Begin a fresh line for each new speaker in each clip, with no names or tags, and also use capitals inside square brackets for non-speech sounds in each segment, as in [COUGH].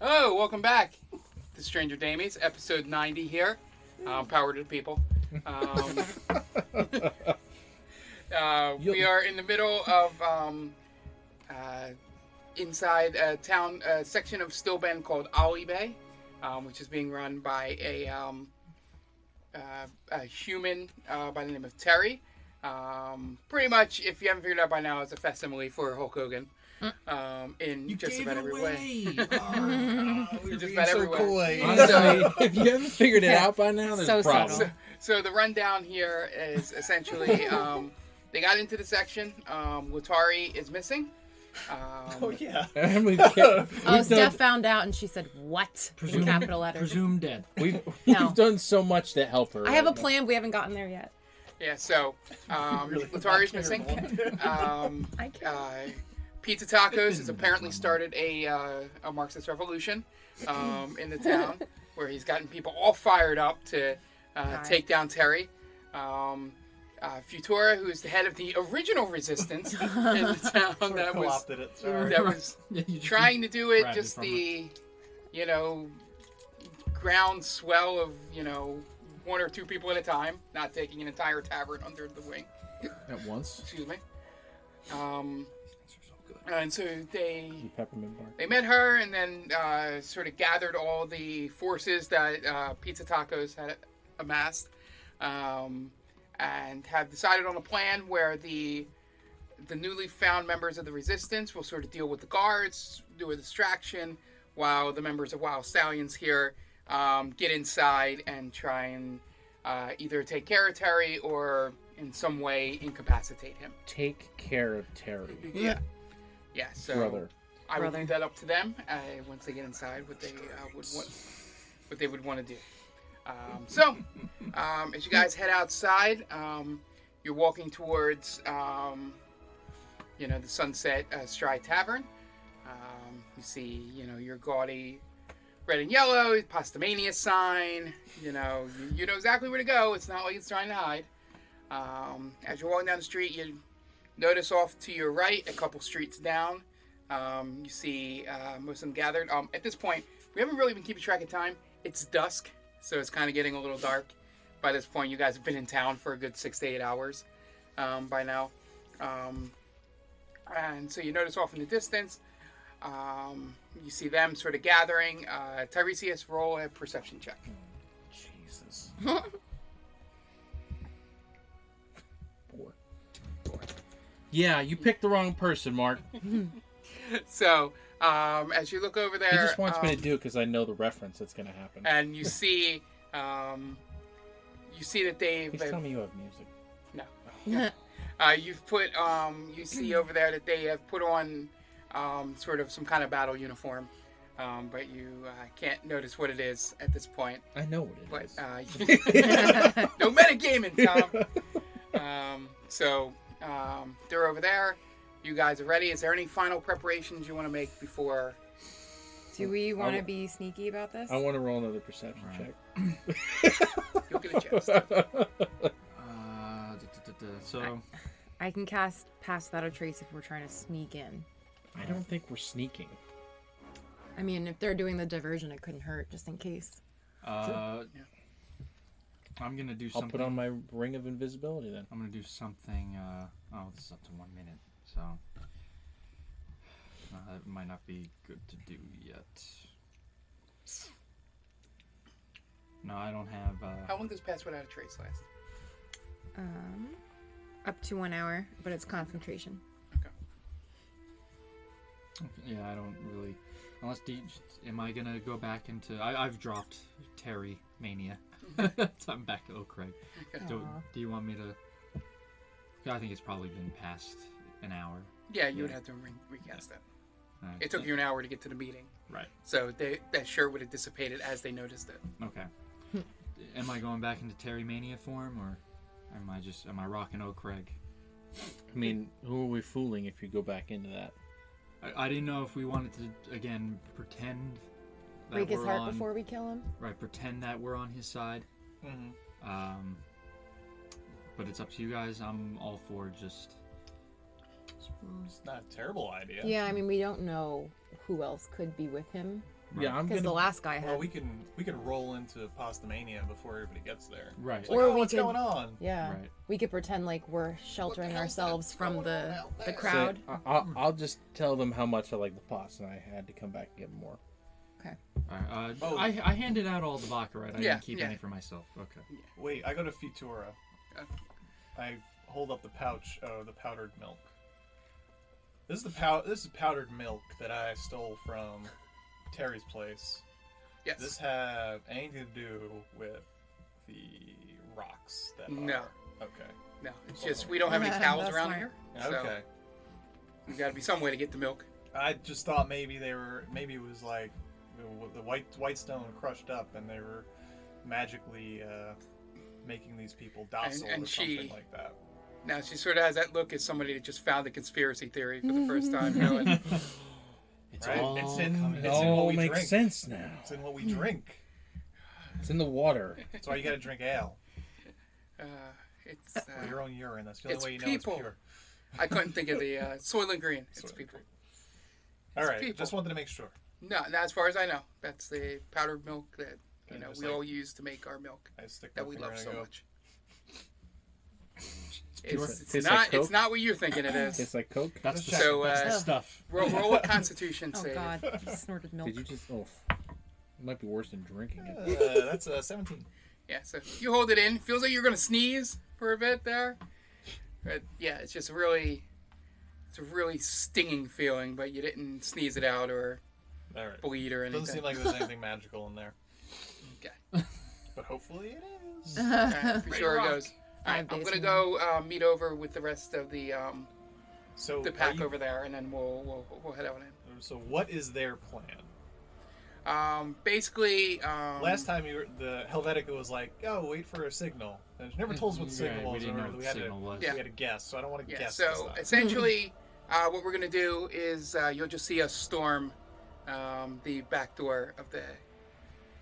Hello, Oh, welcome back to Stranger Damies, episode 90 here. Um, power to the people. Um, uh, we are in the middle of um, uh, inside a town, a section of Still Bend called Ollie Bay, um, which is being run by a, um, uh, a human uh, by the name of Terry. Um, pretty much, if you haven't figured it out by now, it's a facsimile for Hulk Hogan. Um, in just about every way. [LAUGHS]
Oh, You're
just about everywhere. [LAUGHS]
Honestly,
[LAUGHS]
if you haven't figured it out by now, there's
So
a problem. [LAUGHS]
subtle.
So the rundown here is essentially um, they got into the section. Um, Latari is missing. Um,
Oh, yeah.
And we can't-
Oh,
we've,
Steph
done,
found out and she said, What?
Presume-
in capital letters.
Presumed dead.
we've,
No.
we've done so much to help her.
I have a
right [LAUGHS] now.
plan, but we haven't gotten there yet.
Yeah. So um, Latari is missing. [LAUGHS] Um,
I can't.
uh, Pizza Tacos has apparently started a, uh, a Marxist revolution um, in the town, where he's gotten people all fired up to uh,
Nice.
take down Terry. Um, uh, Futura, who is the head of the original resistance in the town that was
Co-opted it. Sorry.
that was
You just-
trying to do it
Grabbed it
just
from
the you know ground swell of you know one or two people at a time not taking an entire tavern under the wing
At once.
excuse me um and so they
You peppermint bark.
they met her and then uh, sort of gathered all the forces that uh, Pizza Tacos had amassed um, and have decided on a plan where the the newly found members of the resistance will sort of deal with the guards, do a distraction, while the members of Wild Stallions here um, get inside and try and uh, either take care of Terry or in some way incapacitate him.
Take care of Terry,
Yeah. Yeah, so.
brother.
I would
Brother.
leave that up to them uh, once they get inside what they uh, would want, what they would want to do. Um, so, um, as you guys head outside, um, you're walking towards, um, you know, the Sunset uh, Stride Tavern. Um, you see, you know, your gaudy red and yellow Pastamania sign. You know, you, you know exactly where to go. It's not like it's trying to hide. Um, as you're walking down the street, you notice off to your right, a couple streets down, um, you see uh, most of them gathered. Um, at this point, we haven't really been keeping track of time. It's dusk, so it's kind of getting a little dark. By this point, you guys have been in town for a good six to eight hours um, by now. Um, and so you notice off in the distance, um, you see them sort of gathering. Uh, Tiresias, roll a perception check. [LAUGHS]
[LAUGHS]
Jesus. Boy. Yeah, you picked the wrong person, Mark. He
So um, as you look over there,
just wants me
um,
to do because I know the reference that's going to happen.
uh,
and you see, um, you see that they've,
Please
they've
tell me you have music.
Uh, you've put, um, you see over there that they have put on um, sort of some kind of battle uniform, um, but you uh, can't notice what it is at this point.
I know what it
But
is.
uh, [LAUGHS] no metagaming, Tom. Um, so um, they're over there. You guys are ready. Is there any final preparations you want to make before?
[LAUGHS] Do we want
w-
to be sneaky about this?
I want to roll another perception
Alright.
You'll get a
[LAUGHS]
chance.
check. [LAUGHS]
Mm-hmm.
Uh, duh, duh, duh, duh. So
I can cast Pass Without a Trace if we're trying to sneak in.
I don't think we're sneaking.
I mean, if they're doing the diversion, it couldn't hurt just in case.
uh, I'm gonna do
I'll
something.
put on my ring of invisibility then.
I'm gonna do something. Uh, oh, this is up to one minute, so uh, that might not be good to do yet. No, I don't have. Uh,
How long does pass without a trace last?
Um, up to one hour, but it's concentration.
Yeah, I don't really. Unless Deej, am I gonna go back into? I, I've dropped Terry mania. [LAUGHS] so I'm back to Oak Crag. Do,
Aw.
do you want me to? I think it's probably been past an hour.
Yeah, you would have to re- recast that.
Uh,
It took you an hour to get to the meeting,
Right.
so they, that shirt would have dissipated as they noticed it.
Okay.
Hmm.
[LAUGHS] am I going back into Terry mania form, or am I just am I rocking oh, Oak Crag?
I mean, who are we fooling if you go back into that?
I, I didn't know if we wanted to again pretend that
Break his
we're
heart
on,
before we kill him.
right pretend that we're on his side.
Mm-hmm.
Um, but it's up to you guys. I'm all for just
It's not a terrible idea.
Yeah. I mean, we don't know who else could be with him
Yeah, I'm
because
gonna.
the last guy had.
Well, we can we can roll into Pasta Mania before everybody gets there.
Right.
It's like,
Or
"Oh,
we
what's
could-
going on?
yeah,
right.
we could pretend like we're sheltering
hell's
ourselves
that
from
going on
the
out
the
there?
Say,
crowd.
I, I'll, I'll just tell them how much I like the pasta, and I had to come back and get more.
Alright, uh,
Oh.
I, I handed out all the Baccarat. I
Yeah,
didn't keep
yeah.
any for myself.
[LAUGHS]
Okay.
Wait, I go to Futura.
Uh.
I hold up the pouch. Oh, the powdered milk. This is the pow- This is powdered milk that I stole from Terry's place.
Yes.
Does this have anything to do with the rocks that
No.
are? Okay.
no, it's just we don't have any
Yeah,
cows
[LAUGHS] that's
around
smart.
here, so
Okay.
there's got to be some way to get the milk.
I just thought maybe they were maybe it was like the, the white white stone crushed up and they were magically uh, making these people docile
and
or
she-
something like that.
Now she sort of has that look as somebody that just found a conspiracy theory for the first time. You know,
[LAUGHS]
and
It's
Right?
all
It's in-
coming
it's
it
out.
in- what
all
we
makes
drink.
sense now.
It's in what we drink.
It's in the water.
That's why you got to drink ale
uh, it's uh,
or your own urine. That's the only
It's
way you know
people.
it's pure.
I couldn't think of the uh, soil and green. It's
Soylent
people.
All right,
people.
just wanted to make sure.
No, no, as far as I know, that's the powdered milk that you
And
know
just
we
like-
all use to make our milk
I stick my
that we
finger
love
in and
so
I go,
much. It's, it's
tastes
not.
like
it's
Coke.
not what you're thinking it is.
Tastes like Coke.
That's the,
So,
that's
uh,
the stuff.
Roll, roll a Constitution
[LAUGHS] Oh
save.
God, he snorted milk.
Did you just? Oh, it might be worse than drinking it.
Uh, that's uh, 17.
Yeah, so you hold it in. Feels like you're gonna sneeze for a bit there, but yeah, it's just really, it's a really stinging feeling. But you didn't sneeze it out or
All right.
bleed or anything.
Doesn't seem like there's anything magical in there.
[LAUGHS] Okay.
But hopefully it
[LAUGHS]
is.
Alright, for sure it goes. Alright,
Five
I'm
days
gonna
in.
go uh, meet over with the rest of the um,
So
the
Oh, are
pack
you-
over there, and then we'll we'll, we'll head on in.
So what is their plan?
Um, basically, um,
Last time you were, the Helvetica was like, "Oh, wait for a signal." And it never told us what the
Right,
signal
we
was.
didn't know
or
what
we
the
had to,
signal was.
we had to guess. So I don't want to
yeah.
guess.
So
this time.
essentially, uh, what we're gonna do is uh, you'll just see us storm um, the back door of the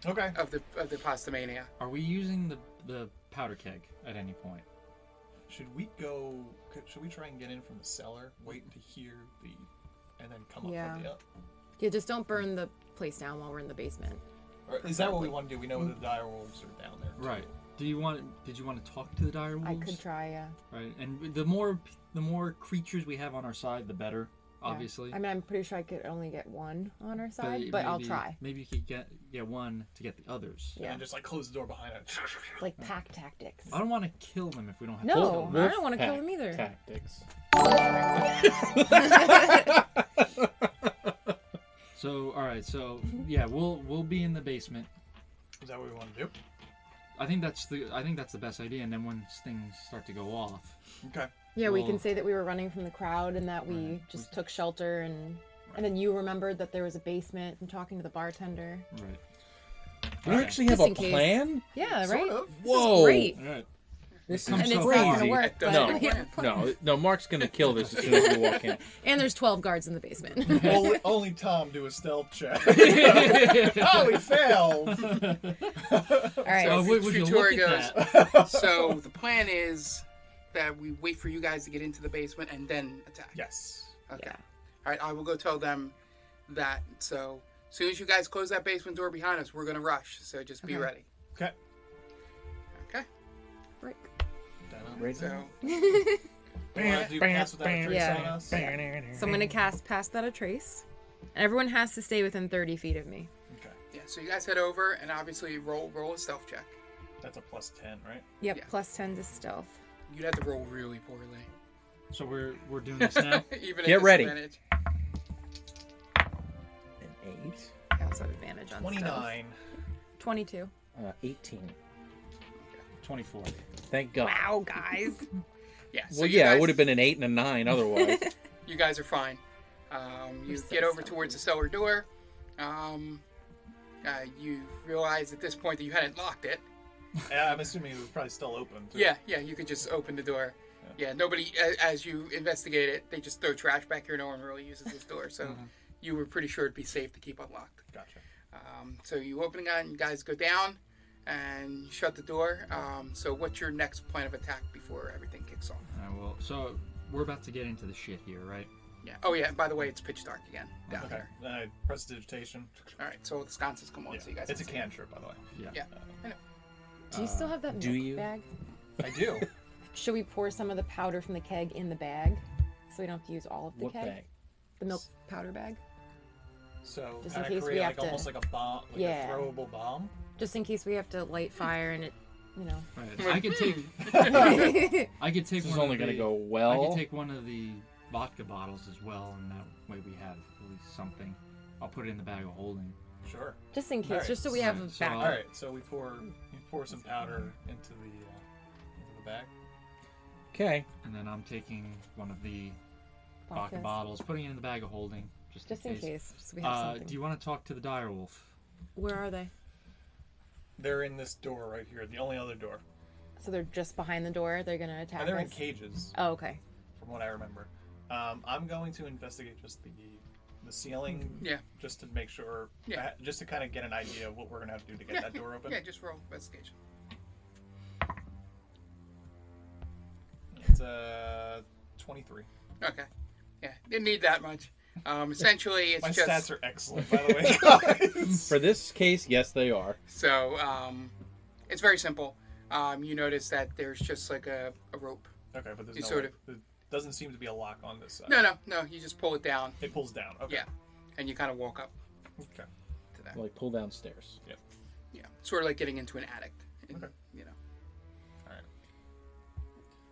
okay.
Uh,
of the of the Pastamania.
Are we using the the powder keg at any point?
Should we go? could- Should we try and get in from the cellar? Wait to hear the, and then come up
Yeah.
from the uh, up.
yeah, just don't burn the place down while we're in the basement.
Or is that what we want to do? We know the dire wolves are down there.
Right. Do you want? Did you want to talk to the dire wolves?
I could try. Uh,
Right. And the more the more creatures we have on our side, the better. Obviously.
I mean, I'm pretty sure I could only get one on our side,
it-
but I'll
maybe-
try.
Maybe you could get get one to get the others.
And
Yeah,
then just like close the door behind it.
like pack tactics.
I don't want to kill them if we don't have to.
No,
kill them.
I don't want to kill him either. [LAUGHS]
Tactics.
[LAUGHS]
So all right. So yeah, we'll we'll be in the basement.
Is that what we want to do?
I think that's the I think that's the best idea. And then once things start to go off,
Okay.
Yeah, we
Well-
can say that we were running from the crowd and that we
Right.
just took shelter and and then you remembered that there was a basement and talking to the bartender.
right.
You actually have
Just
a
in case.
plan?
Yeah,
Sort
right.
of.
Whoa!
great.
All right.
This
And
is
And it's
crazy.
not gonna work. But
No,
we have a plan.
No, no, Mark's gonna kill this as soon as we walk in.
And there's twelve guards in the basement. [LAUGHS]
[LAUGHS] only, only Tom do a
[LAUGHS]
stealth check. [LAUGHS]
[LAUGHS]
oh, he failed.
All right.
So
Oh, would- would you look
Futura
at
goes.
[LAUGHS]
so the plan is that we wait for you guys to get into the basement and then attack.
yes.
Okay.
Yeah.
All right, I will go tell them that. So as soon as you guys close that basement door behind us, we're gonna rush. So just be
Okay.
ready.
Okay.
Okay.
Break.
So
Wanna do pass without a trace
Yeah.
on us?
So I'm gonna cast pass that a trace. And everyone has to stay within thirty feet of me.
Okay.
yeah, so you guys head over and obviously roll roll a stealth check.
That's a plus ten, right?
Yep,
Yeah.
plus ten to stealth.
You'd have to roll really poorly, [LAUGHS]
[LAUGHS]
[LAUGHS]
So we're we're doing this now.
even at
Get ready.
disadvantage.
damage on
Twenty
[LAUGHS]
spells.
nine.
22.
Uh, 18.
24.
Thank God.
Wow, guys.
Yeah. So
Well,
you
yeah,
guys,
it would have been an 8 and a 9
[LAUGHS]
otherwise.
You guys are fine. Um, you
We're so
get over
sorry.
towards the cellar door. Um, uh, you realize at this point that you hadn't locked it.
Yeah, I'm assuming it was probably still open. Too.
Yeah, yeah, you could just open the door. Yeah, nobody, a- as you investigate it, they just throw trash back here. No one really uses this door, so
Mm-hmm.
you were pretty sure it'd be safe to keep unlocked.
Gotcha.
Um, so you open it, and you guys go down and you shut the door. Um, so what's your next plan of attack before everything kicks off?
I will. So we're about to get into the shit here, right?
Yeah. Oh yeah. By the way, it's pitch dark again down
Okay.
there.
Uh, prestidigitation.
All right. So the sconces come on,
Yeah.
so you guys.
it's a
can see.
cantrip, by the way.
Uh,
Do you still have that
do
milk
you?
bag?
I do.
[LAUGHS]
Should we pour some of the powder from the keg in the bag so we don't have to use all of the
what
keg?
bag?
The milk powder bag?
So
Just in
can I
case we
create
have
like
to-
almost like a bomb, like
Yeah.
a throwable bomb?
Just in case we have to light fire and it,
[LAUGHS]
you know. [LAUGHS]
Right. I could take. I could take.
This is
one of
only going to
the-
go
I
well.
could take one of the vodka bottles as well, and that way we have at least something. I'll put it in the bag of holding.
Sure.
just in case,
Alright,
just so we have a
alright, so uh,
backup.
I'll-
All right. So we pour you pour some powder into the uh, into the bag.
Okay.
And then I'm taking one of the vodka
Vodkas.
bottles, putting it in the bag of holding, just,
Just in case, so we have
Uh,
something.
do you want to talk to the direwolf?
Where are they?
They're in this door right here, the only other door.
So they're just behind the door. They're gonna attack
And they're in
us.
cages,
oh, okay.
from what I remember. Um, I'm going to investigate just the the ceiling,
Mm-hmm. Yeah.
just to make sure,
Yeah.
uh, just to kind of get an idea of what we're gonna have to do to get
Yeah,
that door open.
Yeah. Just roll investigation.
It's uh, 23.
Okay. Yeah. Didn't need that much.
[LAUGHS]
Um, essentially, it's
My
just
stats are excellent,
[LAUGHS]
by the way. guys.
For this case, yes, they are.
so um, it's very simple. Um, you notice that there's just like a, a rope.
okay, but there's
You
no
sort
way- there doesn't seem to be a lock on this side.
No, no, no. You just pull it down.
It pulls down. Okay.
Yeah. And you kind of walk up
Okay.
to that.
Like, pull downstairs.
Yeah, sort of like getting into an attic. And,
Okay.
You know,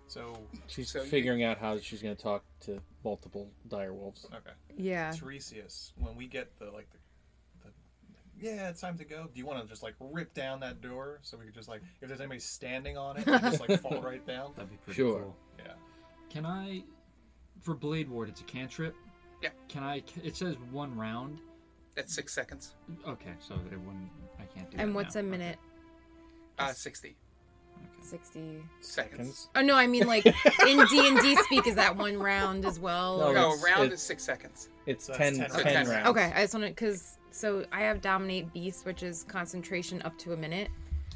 So
She's
So you-
figuring out how she's going to talk to multiple dire wolves.
okay,
Yeah.
Tiresias, when we get the like the, the yeah, it's time to go. Do you want to just like rip down that door so we could just like if there's anybody standing on it, we just like
[LAUGHS]
fall right down?
That'd be pretty
Sure.
cool.
Yeah.
Can I, for Blade Ward, it's a cantrip.
Yeah.
Can I? It says one round.
that's six seconds.
Okay, so it wouldn't. I can't do.
And
that
what's
now.
a minute?
Uh, 60
Okay.
Sixty.
seconds.
Oh no, I mean like
[LAUGHS]
in D and D speak is that one round as well?
No,
or-
No,
It's-
a round
it's-
is six seconds.
It's
So that's
10,
10
10
rounds.
rounds.
Okay, I just want to because so I have dominate beast, which is concentration up to a minute.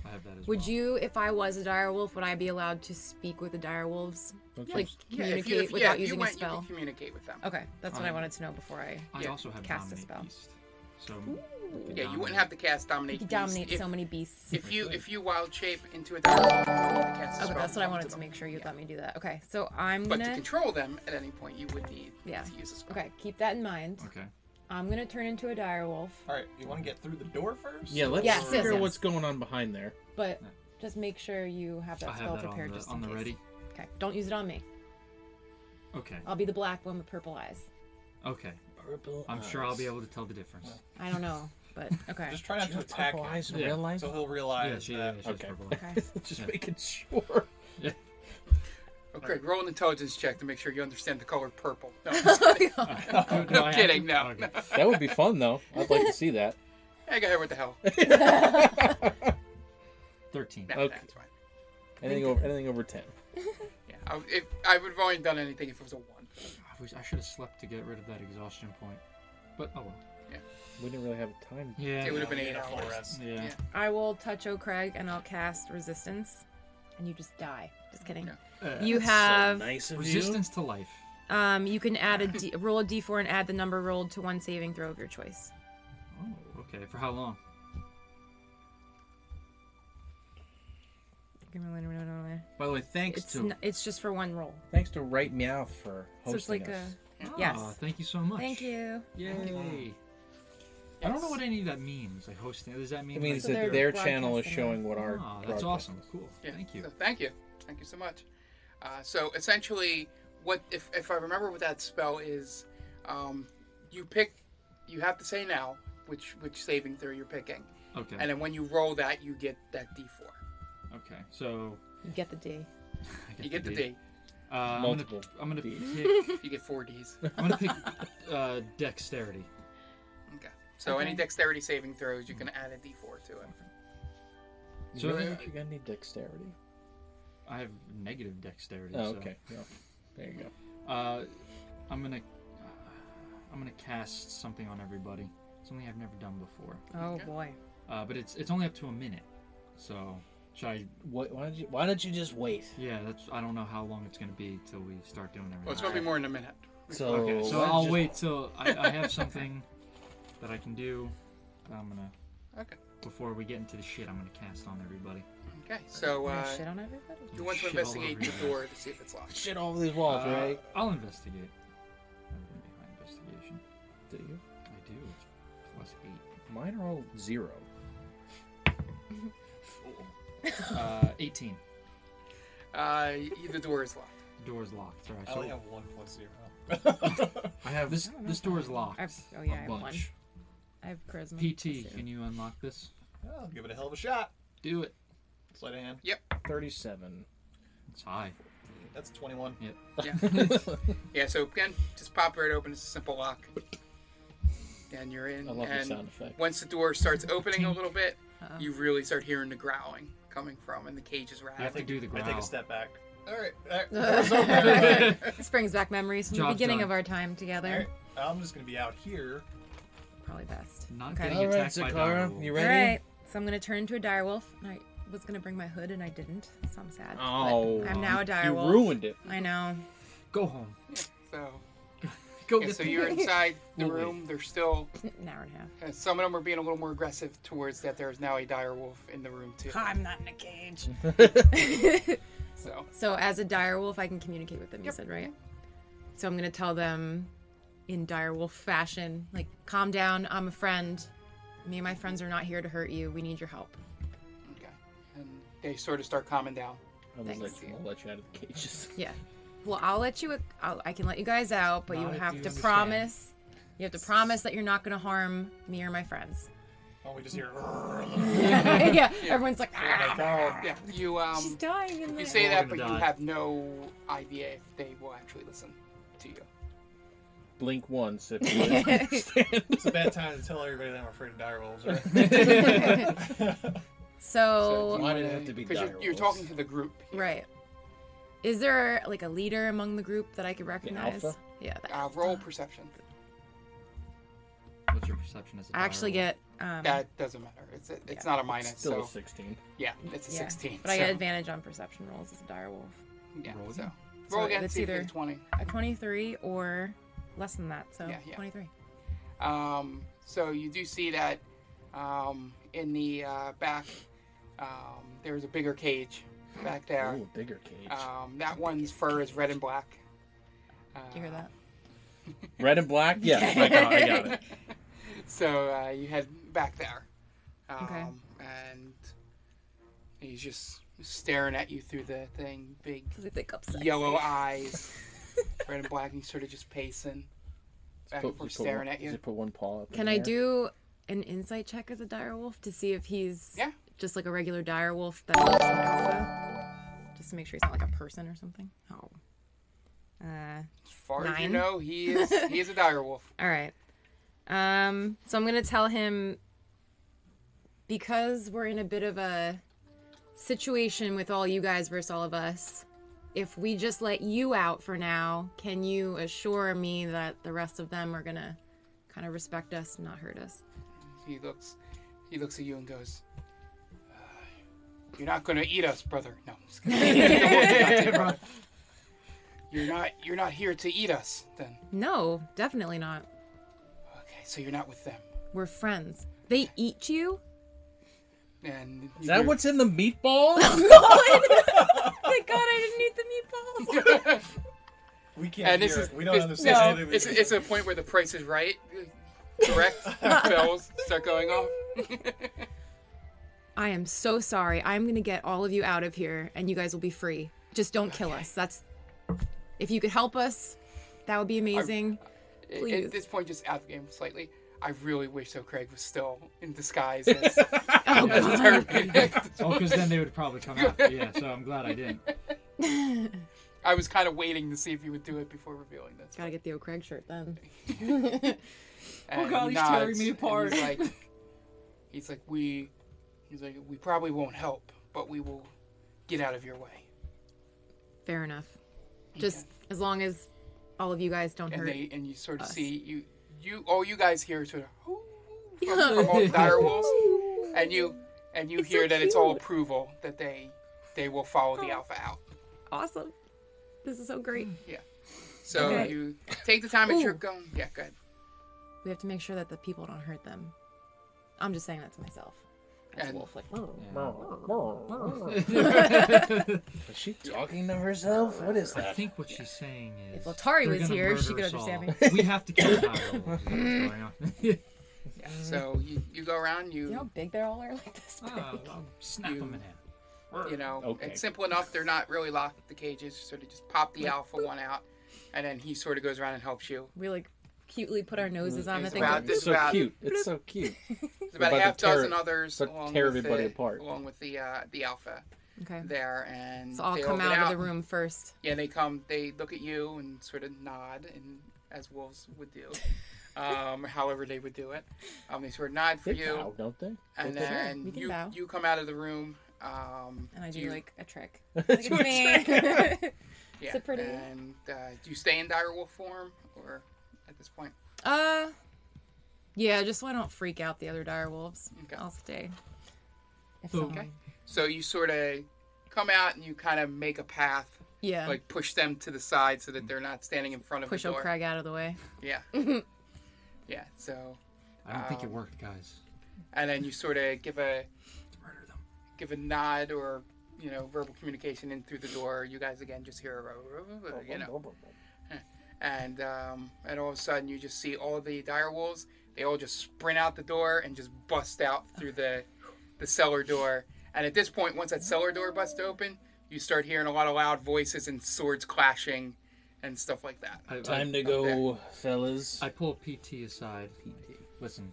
I have that as
Would
well.
you, if I was a direwolf, would I be allowed to speak with the direwolves,
Okay.
like
Yeah,
communicate
if you, if, yeah,
without
if you
using
went,
a
you
spell?
could communicate with them.
Okay, that's what I
Um,
wanted to know before I.
I
Yeah.
also have
Cast a
dominate
spell.
beast. So
Yeah, you wouldn't have to cast
You
dominate.
could
Beast
dominate
if,
so many beasts.
If you if you wild shape into a dark, you can cast a
Okay,
spell
Oh, that's what I
onto
wanted to
them.
make sure you'd
Yeah.
let me do that. Okay, so I'm
But to
gonna.
control them at any point, you would need
Yeah.
to use a spell.
Okay, keep that in mind.
Okay.
I'm gonna turn into a direwolf,
All right, you want to get through the door first?
Yeah, let's
Yes, yes,
figure out
yes.
what's going on behind there.
but
Yeah.
just make sure you have
I
that spell
have that on
prepared
the,
just in
on the
case.
ready.
Okay, don't use it on me.
Okay.
I'll be the black one with purple eyes.
Okay.
Purple
I'm sure I'll be able to tell the difference.
I don't know, but okay.
Just try not to attack
Purple
him,
Oh, eyes in
Yeah.
real life? [LAUGHS]
so he'll
Yeah,
realize
she, yeah,
that.
she has
okay.
purple eyes.
Okay. [LAUGHS]
Just
Yeah.
making sure.
Okay, roll an intelligence check to make sure you understand the color purple. No,
[LAUGHS] no,
No
I
kidding,
have
no, [LAUGHS]
to- okay.
That would be fun, though. I'd like to see that.
I got what the hell?
Thirteen.
No,
Okay.
that's fine.
Anything over, anything over 10.
Yeah, I, if, I would have only done anything if it was a one.
I, wish, I should have slept to get rid of that exhaustion point. But oh well.
We didn't really have time.
Yeah.
It would
would've
have been
Yeah,
eight
yeah,
hours.
rest.
Yeah.
Yeah.
I will touch O'Craig and I'll cast resistance, and you just die. Just kidding.
Yeah.
Uh,
You have
nice of
resistance to life.
um, you can add a D, roll a D4 and add the number rolled to one saving throw of your choice.
Oh, okay. For how long?
By the way, thanks
It's n- it's just for one roll.
thanks to Right Meow for
So
hosting
it's like
us.
Yes.
Ah, thank you so much.
a thank you.
Yay. I don't know what any of that means. Like hosting. Does that mean?
It means
So
like,
that
they're
their channel is
broadcasting
showing what our.
Ah, that's
broadcast
awesome.
is.
Cool.
Yeah,
Thank you.
so thank you. Thank you so much. Uh, so essentially, what if, if I remember what that spell is? Um, you pick. You have to say now which which saving throw you're picking,
Okay.
and then when you roll that, you get that D4.
Okay. So
You get the D.
I
You get the D.
Uh, I'm gonna-
Multiple.
I'm gonna
Ds.
pick.
You get four [LAUGHS] Ds.
I'm gonna pick [LAUGHS] uh, dexterity.
Okay. So any
Okay.
dexterity saving throws, you can add a D4 to it.
You
So-
really think you're gonna need dexterity.
I have negative dexterity.
Oh,
so,
okay. Yeah. There you go.
Uh, I'm gonna. I'm gonna cast something on everybody. Something I've never done before.
Oh
Okay.
boy.
Uh, but it's it's only up to a minute. So should I?
What, why did you? Why don't you just wait?
Yeah. That's. I don't know how long it's gonna be till we start doing everything.
Well, it's gonna be more in a minute.
So,
Okay, so
why don't
I'll
you
wait till I, I have something that I can do. that I'm gonna.
Okay.
Before we get into the shit, I'm gonna cast on everybody.
Okay. So
Am I
uh,
shit on everybody?
who wants to
Shit all
investigate
over
the
you.
door to see if it's locked?
Shit all over these walls,
Uh,
right?
I'll investigate. I'm gonna make my investigation.
Do you?
I do. It's plus eight.
Mine are all zero.
Uh, eighteen.
Uh, the door is locked.
Door's locked. Sorry.
[LAUGHS]
Oh,
I only
So
have one plus zero.
I have this.
I don't know
This
if I
door's
have-
locked.
I've- oh, yeah, I
a
have one.
bunch.
I have charisma.
PT, can you unlock this?
[LAUGHS] I'll give it a hell of a shot.
Do it.
Sleight of hand.
Thirty-seven.
It's high.
That's 21.
Yeah. So again, just pop right open. It's a simple lock, and you're in.
I love the
and
sound effect.
once the door starts opening a little bit,
Uh-oh.
you really start hearing the growling coming from, and the cage is
You have
rattling.
to do the growl.
I take a step back. All right. all right, door's open.
this brings back memories from the
Job
beginning
done.
of our time [LAUGHS]
All
together.
right, I'm just gonna be out here.
Probably best.
Not
Okay.
getting
All right,
attacked by
Zakara,
direwolves.
you
All
ready?
right. So I'm gonna turn into a direwolf. And I was gonna bring my hood and I didn't, so I'm sad.
Oh.
but I'm now a
You
direwolf.
ruined it.
I know.
Go home.
So,
Go
yeah,
get
so
Oh, the-
you're inside the
We'll wait.
room. There's still
An hour and a half.
uh, some of them are being a little more aggressive towards that. There's now a dire wolf in the room too.
Ha, I'm not in a
[LAUGHS]
cage. [LAUGHS]
So
so as a direwolf, I can communicate with them. You said right. So I'm gonna tell them, in direwolf fashion, like, calm down. I'm a friend. Me and my friends are not here to hurt you. We need your help.
okay, and they sort of start calming down.
I was like,
Thanks.
I'll let you out of the cages. [LAUGHS]
Yeah. Well, I'll let you. I'll, I can let you guys out, but you
Not if
have
you
to
understand.
promise. You have to promise that you're not going to harm me or my friends.
Oh, we just hear.
[LAUGHS] yeah, Everyone's like, "Ah,
Yeah, you
she's
um,
dying in
you
there.
say
We're
that,
gonna
but you
die.
have no idea if they will actually listen to you.
Blink once if you
[LAUGHS]
understand. [LAUGHS]
It's a bad time to tell everybody that I'm afraid of direwolves.
[LAUGHS]
Right?
so,
Why did it have to be
Because you're, you're
direwolves?
talking to the group.
right. Is there like a leader among the group that I could recognize?
alpha?
Yeah. the
Uh,
alpha.
roll perception.
[LAUGHS] What's your perception as a
I actually
direwolf?
get. Um,
That doesn't matter. It's a, it's not a minus.
Still a
so
sixteen.
yeah, it's a
yeah.
16.
But I get
so-
advantage on perception rolls as a direwolf.
Yeah,
Roll
so
again.
roll
So
again.
it's
See if you get a
either-
20.
A 23 or less than that. So
Yeah, yeah.
23.
Um, so you do see that um, in the uh, back, um, there's a bigger cage back there.
Ooh, bigger cage.
Um, that one's fur is red and black. Uh,
Do you hear that?
Red and black. Yeah, I got, I got it.
So uh, you head back there. Um,
Okay.
And he's just staring at you through the thing, big
Does it think upset? [LAUGHS]
yellow eyes, red and black, and he's sort of just pacing back and
Put-
forth,
just put
staring
one-
at you.
Just put one paw up. in
Can I
the air.
do an insight check as a direwolf to see if he's
Yeah.
just like a regular direwolf that is an alpha? Just to make sure he's not like a person or something. Oh. Uh,
As far as you
Nine.
know, he
[LAUGHS]
is he is a direwolf.
all right. Um, so I'm gonna tell him because we're in a bit of a situation with all you guys versus all of us. If we just let you out for now, can you assure me that the rest of them are gonna kind of respect us, and not hurt us?
He looks he looks at you and goes, "Uh, "You're not gonna eat us, brother. No, I'm just
[LAUGHS]
kidding. [LAUGHS] you're not you're not here to eat us. Then
No, definitely not.
okay, so you're not with them."
We're friends. They eat you? [LAUGHS]
And
Is that [LAUGHS] what's in the meatball?
[LAUGHS] Thank God I didn't eat the meatballs.
we can't.
And
And
this
this
is-
we don't
this-
understand.
No.
anything we
It's
do.
it's a point where the price is right. Correct. Bells start going off.
I am so sorry. I'm gonna get all of you out of here, and you guys will be free.
[LAUGHS]
Just don't kill us. That's if you could help us, that would be amazing.
At-
Please.
At this point, just out the game slightly. I really wish though Craig was still in disguise as,
Oh,
as a
God.
terrorist.
Oh, because then they would probably
[LAUGHS]
come after. Yeah, so I'm glad I didn't.
I was kind of waiting to see if he would do it before revealing this.
[LAUGHS] Gotta get the O'Craig shirt then. [LAUGHS]
And
God,
he
he's tearing
nods,
me
and
apart.
He's like, he's like, we, he's like, we probably won't help, but we will get out of your way.
Fair enough. Just as long as all of you guys don't
And
hurt.
they and you sort of
Us.
see you, you, all you guys hear sort of "Hoo, hoo," from, from all the
[LAUGHS]
dire wolves, and you and you
It's so
hear that it's all
cute. Oh.
approval that they they will follow the alpha out.
Awesome. This is so great.
So
Okay.
you take the time at your
Ooh.
going. Yeah, go ahead.
We have to make sure that the people don't hurt them. I'm just saying that to myself. As a
And-
wolf, like, whoa.
Is
[LAUGHS]
she talking to herself? What is
[LAUGHS]
I
that?
think what she's saying is.
If Latari
they're
was
gonna
here, she
murder
could
us
understand
all. We have to kill
[LAUGHS]
Kyle. is what's going on. [LAUGHS]
Yeah. So you, you go around. You
You know how big they all are like this?
Ah, I'll snap him in half.
you know
Okay.
it's simple enough they're not really locked the cages sort of just pop the alpha one out and then he sort of goes around and helps you
We like cutely put our noses on it.
Mm-hmm. It's
They
about
go,
this
It's so
about-
cute. It's so
[LAUGHS]
cute.
there's about a
About to
half dozen
tear-
others
about to
along
tear
with
everybody
the,
apart.
along with the uh, the alpha
okay.
there and
So I'll
they
come
all
out,
get
of the room first.
yeah they come they look at you and sort of nod and as wolves would
[LAUGHS]
do um, however they would do it um, they sort of nod for
They
you
bow, don't they?
and
Don't they?
then
We can
you
bow.
you come out of the room um,
And I do
you-
like
[LAUGHS]
a trick. Like, it's me.
yeah,
it's a pretty-
and uh, do you stay in dire wolf form or at this point
[LAUGHS] uh, yeah, just so I don't freak out the other dire wolves.
Okay.
I'll stay. If
Okay.
someone-
So you sort of come out and you kind of make a path,
Yeah.
like push them to the side so that they're not standing in front of
push
the door.
O'Craig out of the way.
Yeah.
[LAUGHS]
yeah. So,
I don't think it
Um,
worked, guys.
and then you sort of give a
Murder them.
give a nod or you know verbal communication in through the door. You guys again just hear a you know, and um, and all of a sudden you just see all the dire wolves. They all just sprint out the door and just bust out through the the cellar door. And at this point, once that cellar door busts open, you start hearing a lot of loud voices and swords clashing and stuff like that.
I, I,
Time to go, fellas.
I pull PT aside. Listen,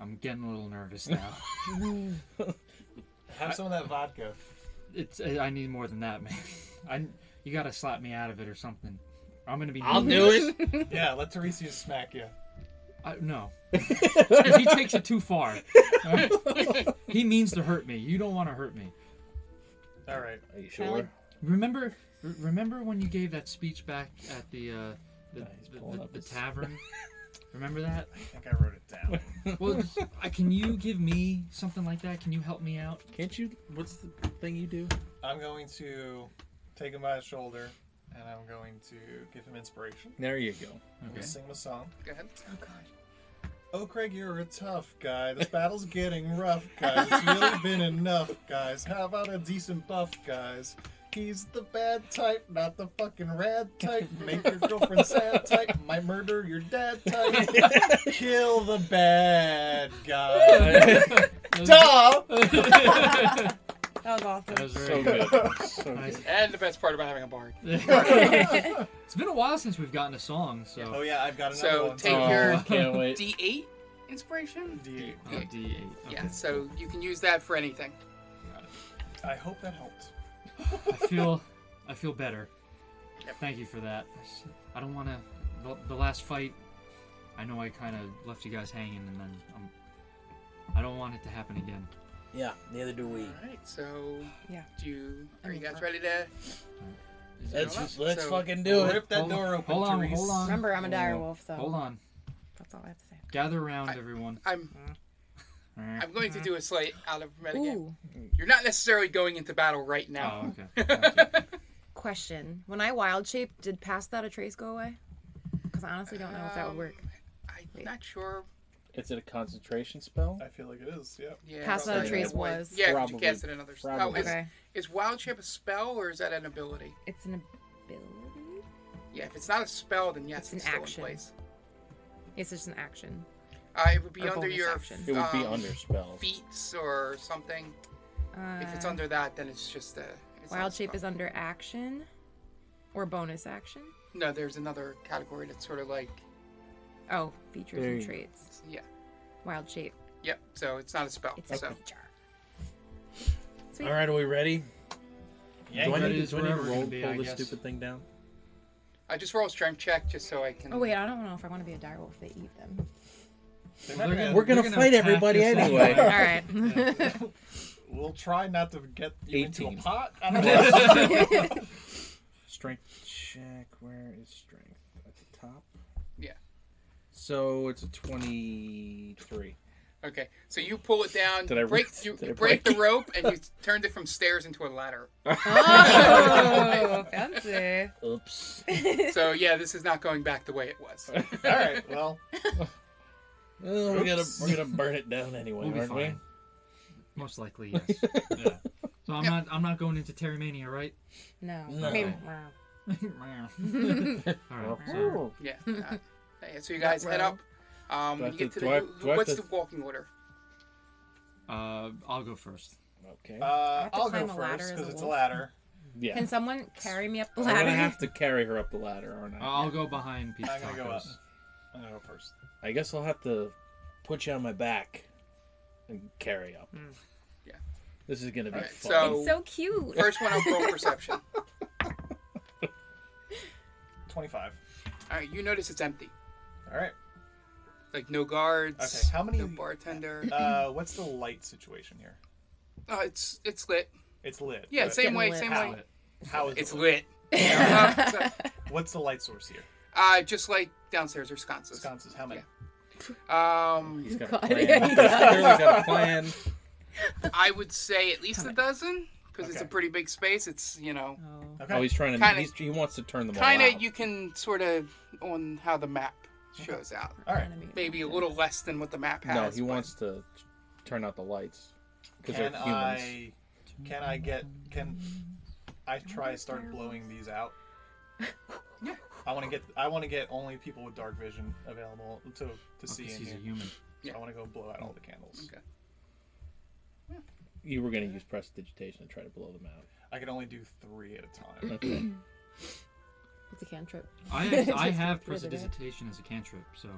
I'm getting a little nervous
[LAUGHS]
now.
Have some of that vodka.
[LAUGHS] it's I I need more than that, man. [LAUGHS] I you gotta slap me out of it or something. I'm gonna be.
I'll do
nervous.
it.
Yeah, let Teresa smack you.
I, no, [LAUGHS] he takes it too far. [LAUGHS] he means to hurt me. You don't want to hurt me.
All right.
Are you sure?
Remember, re- remember when you gave that speech back at the uh, the,
he's
the,
pulling
the,
up
the
his- [LAUGHS]
tavern? remember that?
I think I wrote it down.
Well, [LAUGHS] just- I, can you give me something like that? Can you help me out?
Can't you? What's the thing you do?
I'm going to take him by his shoulder, and I'm going to give him inspiration.
There you [LAUGHS] go.
I'm
Okay.
gonna sing him a song.
Go ahead.
Oh, Craig, you're a tough guy. This battle's getting rough, guys. It's
[LAUGHS]
really been enough, guys. How about a decent buff, guys? He's the bad type, not the fucking rad type. Make your girlfriend sad type. Might murder your
[LAUGHS]
dad type. Kill the bad guy. Duh!
Oh.
[LAUGHS]
That was awesome.
That was very
So
good.
good. [LAUGHS] So
Nice.
good.
And the best part about having a bard.
it's been a while since we've gotten a song, so
Oh, yeah, I've got another
So,
one.
take
Oh,
your-
Oh, can't wait.
D8 inspiration?
D8.
Oh, D8.
Yeah,
okay.
so you can use that for anything.
I hope that helped.
I feel, I feel better.
Yep.
Thank you for that. I don't want to. The, the last fight, I know I kind of left you guys hanging, and then I'm, I don't want it to happen again.
Yeah, neither do we.
Alright, so.
Yeah.
Do you, are you
mean,
guys ready to.
Is it-
Let's
Well,
just, let's
so-
fucking do it.
Rip that
Hold on,
door open,
hold on,
Therese.
hold on.
[LAUGHS] Remember, I'm a dire
Oh.
wolf, so
Hold on,
that's all I have to say.
gather around,
I-
everyone.
I'm
Eh.
I'm going to do a slight out of metagame.
Mm-hmm. Ooh,
You're not necessarily going into battle right now.
Oh, okay. Thank you.
question. When I wild shape, did past that a trace go away? Because I honestly don't know if that would work.
Um, I'm not sure.
Is it a concentration spell?
I feel like it is, yeah.
Yeah,
Pass
probably
Without a Trace
it would.
was-
Yeah, could you
Probably-
cast it another spell? Oh,
probably.
is,
Okay.
is Wild Shape a spell or is that an ability?
It's an ability?
Yeah, if it's not a spell, then yes,
It's
it's,
an
still
action.
in place.
It's just an action.
Uh, it would be
Or
under
bonus
your
action.
It would be
um,
under spells.
feats or something.
Uh,
if it's under that, then it's just a it's not
wild
a
shape
spell.
is under action or bonus action.
No, there's another category that's sort of like
Oh, features
There
and
you go.
traits.
yeah,
Wild shape.
yep. So it's not a spell.
It's a
so
feature. Sweet.
All right, are we ready?
Yeah,
do I
that
need,
is
do I need to
wherever we're
roll
gonna be, I
pull this
guess.
stupid thing down?
I just roll a strength check just so I can.
Oh wait, I don't know if I want to be a direwolf. They eat them.
They
Well,
never
they're
had-
gonna-
We're gonna,
gonna
fight
attack
everybody
us
anyway.
[LAUGHS] All
anyway.
[LAUGHS] right.
We'll try not to get you into a
18.
pot.
[LAUGHS]
I
[LAUGHS]
don't know.
Strength check. Where is strength? At the top.
Yeah.
So it's a twenty-three.
Okay, so you pull it down.
Did I
break?
break-
You,
did I
you break,
break?
the rope, and
[LAUGHS]
you turned it from stairs into a ladder.
oh, fancy.
[LAUGHS] Oops.
So yeah, this is not going back the way it
[LAUGHS]
was.
All right. Well,
Well, we're gonna
Oops.
we're gonna burn it down anyway,
We'll be
aren't
fine. Most likely, yes. yeah. So I'm not I'm not going into Terrymania, right? [LAUGHS]
No.
No.
I mean, [LAUGHS]
All right.
we?
So
Oh.
Yeah. Uh, yeah, so you guys head
row.
up. Um,
Do I
when you get
have
to
to-
the,
do I- do I have
what's
to-
the walking order?
uh, I'll go first.
Okay.
uh,
have to
I'll go
climb a ladder as
first
a
because it's a
wolf.
ladder.
yeah.
Can someone carry me up the
I'm
ladder?
gonna have to carry her up the ladder, aren't I?
I'll go behind Peach
I'm gonna go up.
Tacos.
I'm gonna go first.
I guess I'll have to put you on my back and carry up.
Yeah.
This is gonna be
Alright,
fun.
so-
[LAUGHS] It's so cute.
Oh.
[LAUGHS]
First one up, roll
[LAUGHS]
perception. All
Twenty-five.
right, you notice it's empty.
[LAUGHS]
All right.
Like no guards.
Okay, how many-
No bartender.
[LAUGHS] Uh, what's the light situation here?
Oh, it's it's lit.
It's lit.
Yeah,
but
same way.
lit.
Same
How?
way.
How is
It's
it
lit. [LAUGHS] Uh, so-
What's the light source here?
uh, just like downstairs are sconces.
Sconces. How many?
Um,
He's got
God,
a plan. [LAUGHS]
yeah,
He's
he
clearly
does.
got
[LAUGHS]
a plan.
I would say at least a dozen because it's a
Okay.
pretty big space. It's you know,
Oh.
Oh, he's trying to.
Kinda-
he's, he wants to turn them all
kind
out.
of you can sort of on how the map shows out.
All right.
Enemy.
Maybe a little less than what the map has.
no, he
but-
wants to turn out the lights because they're
Can
humans.
I? Can I get? Can I try to start blowing these out?
[LAUGHS] Yeah.
I want to get. I want to get only people with dark vision available to to see
Because Oh,
in
he's
here.
a
[LAUGHS]
human.
So I want to go blow out all the candles.
Okay.
You were going to use prestidigitation to try to blow them
[CLEARS THROAT]
out.
I can only do three at a time.
Okay.
It's a cantrip.
I act- I
Just
have
further back.
prestidigitation as a cantrip, so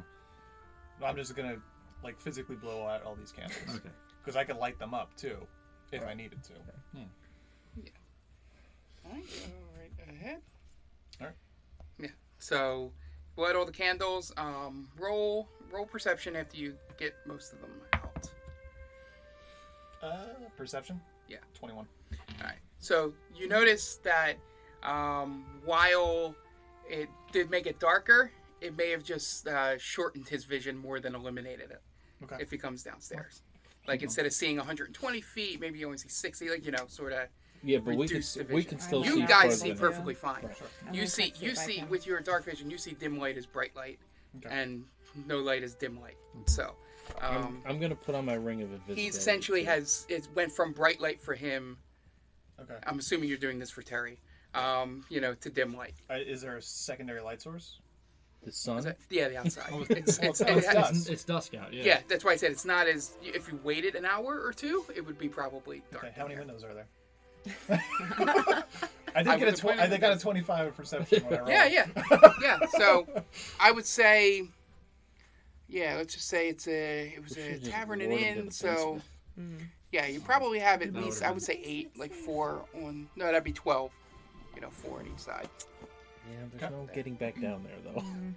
I'm just gonna like physically blow out all these candles
okay.
because I could light them up too if I needed to.
Alright, go right ahead.
Alright.
Yeah. So, light all the candles. Um, roll roll perception after you get most of them out.
Uh, perception.
Yeah.
Twenty-one.
All right. So you notice that um, while it did make it darker, it may have just uh, shortened his vision more than eliminated it.
Okay.
If he comes downstairs, like instead of seeing 120 feet, maybe you only see 60. Like you know, sort of.
Yeah, but we can
Reduce
we
division.
can still
Those
You
see.
people
guys
further
see
are
than-
perfect.
perfectly fine.
I'm
You
gonna
see,
touch it
you
back
see,
down.
with your dark vision, you see dim light as bright light,
Okay.
and no light is dim light. So,
I'm,
um,
Mm-hmm. I'm going to put on my ring of invisibility.
he essentially
too.
has it went from bright light for him.
Okay.
I'm assuming you're doing this for Terry. Um, you know, to dim light.
Uh, is there a secondary light source?
the sun.
So- yeah, the outside.
Oh,
It's, [LAUGHS] it's,
Oh,
it
it's
has-
dusk.
It's, it's dusk out. Yeah.
yeah, that's why I said it's not as if you waited an hour or two, it would be probably dark.
Okay,
down
how many
there.
windows
[LAUGHS]
are there? I
I
did get a
would've
tw- I
pointed
did got a
at-
25 in
[LAUGHS]
perception when I rolled.
Yeah, yeah, yeah. So I would say, yeah, let's just say it's a it was
We
a
should've just
tavern and
lured him to
inn.
the
So
basement.
Mm. [LAUGHS]
yeah, you probably have at
That
least
would've
I would say eight, like four on no, that'd be twelve. You know, four on each side.
Yeah, there's no getting back down there though.
Mm.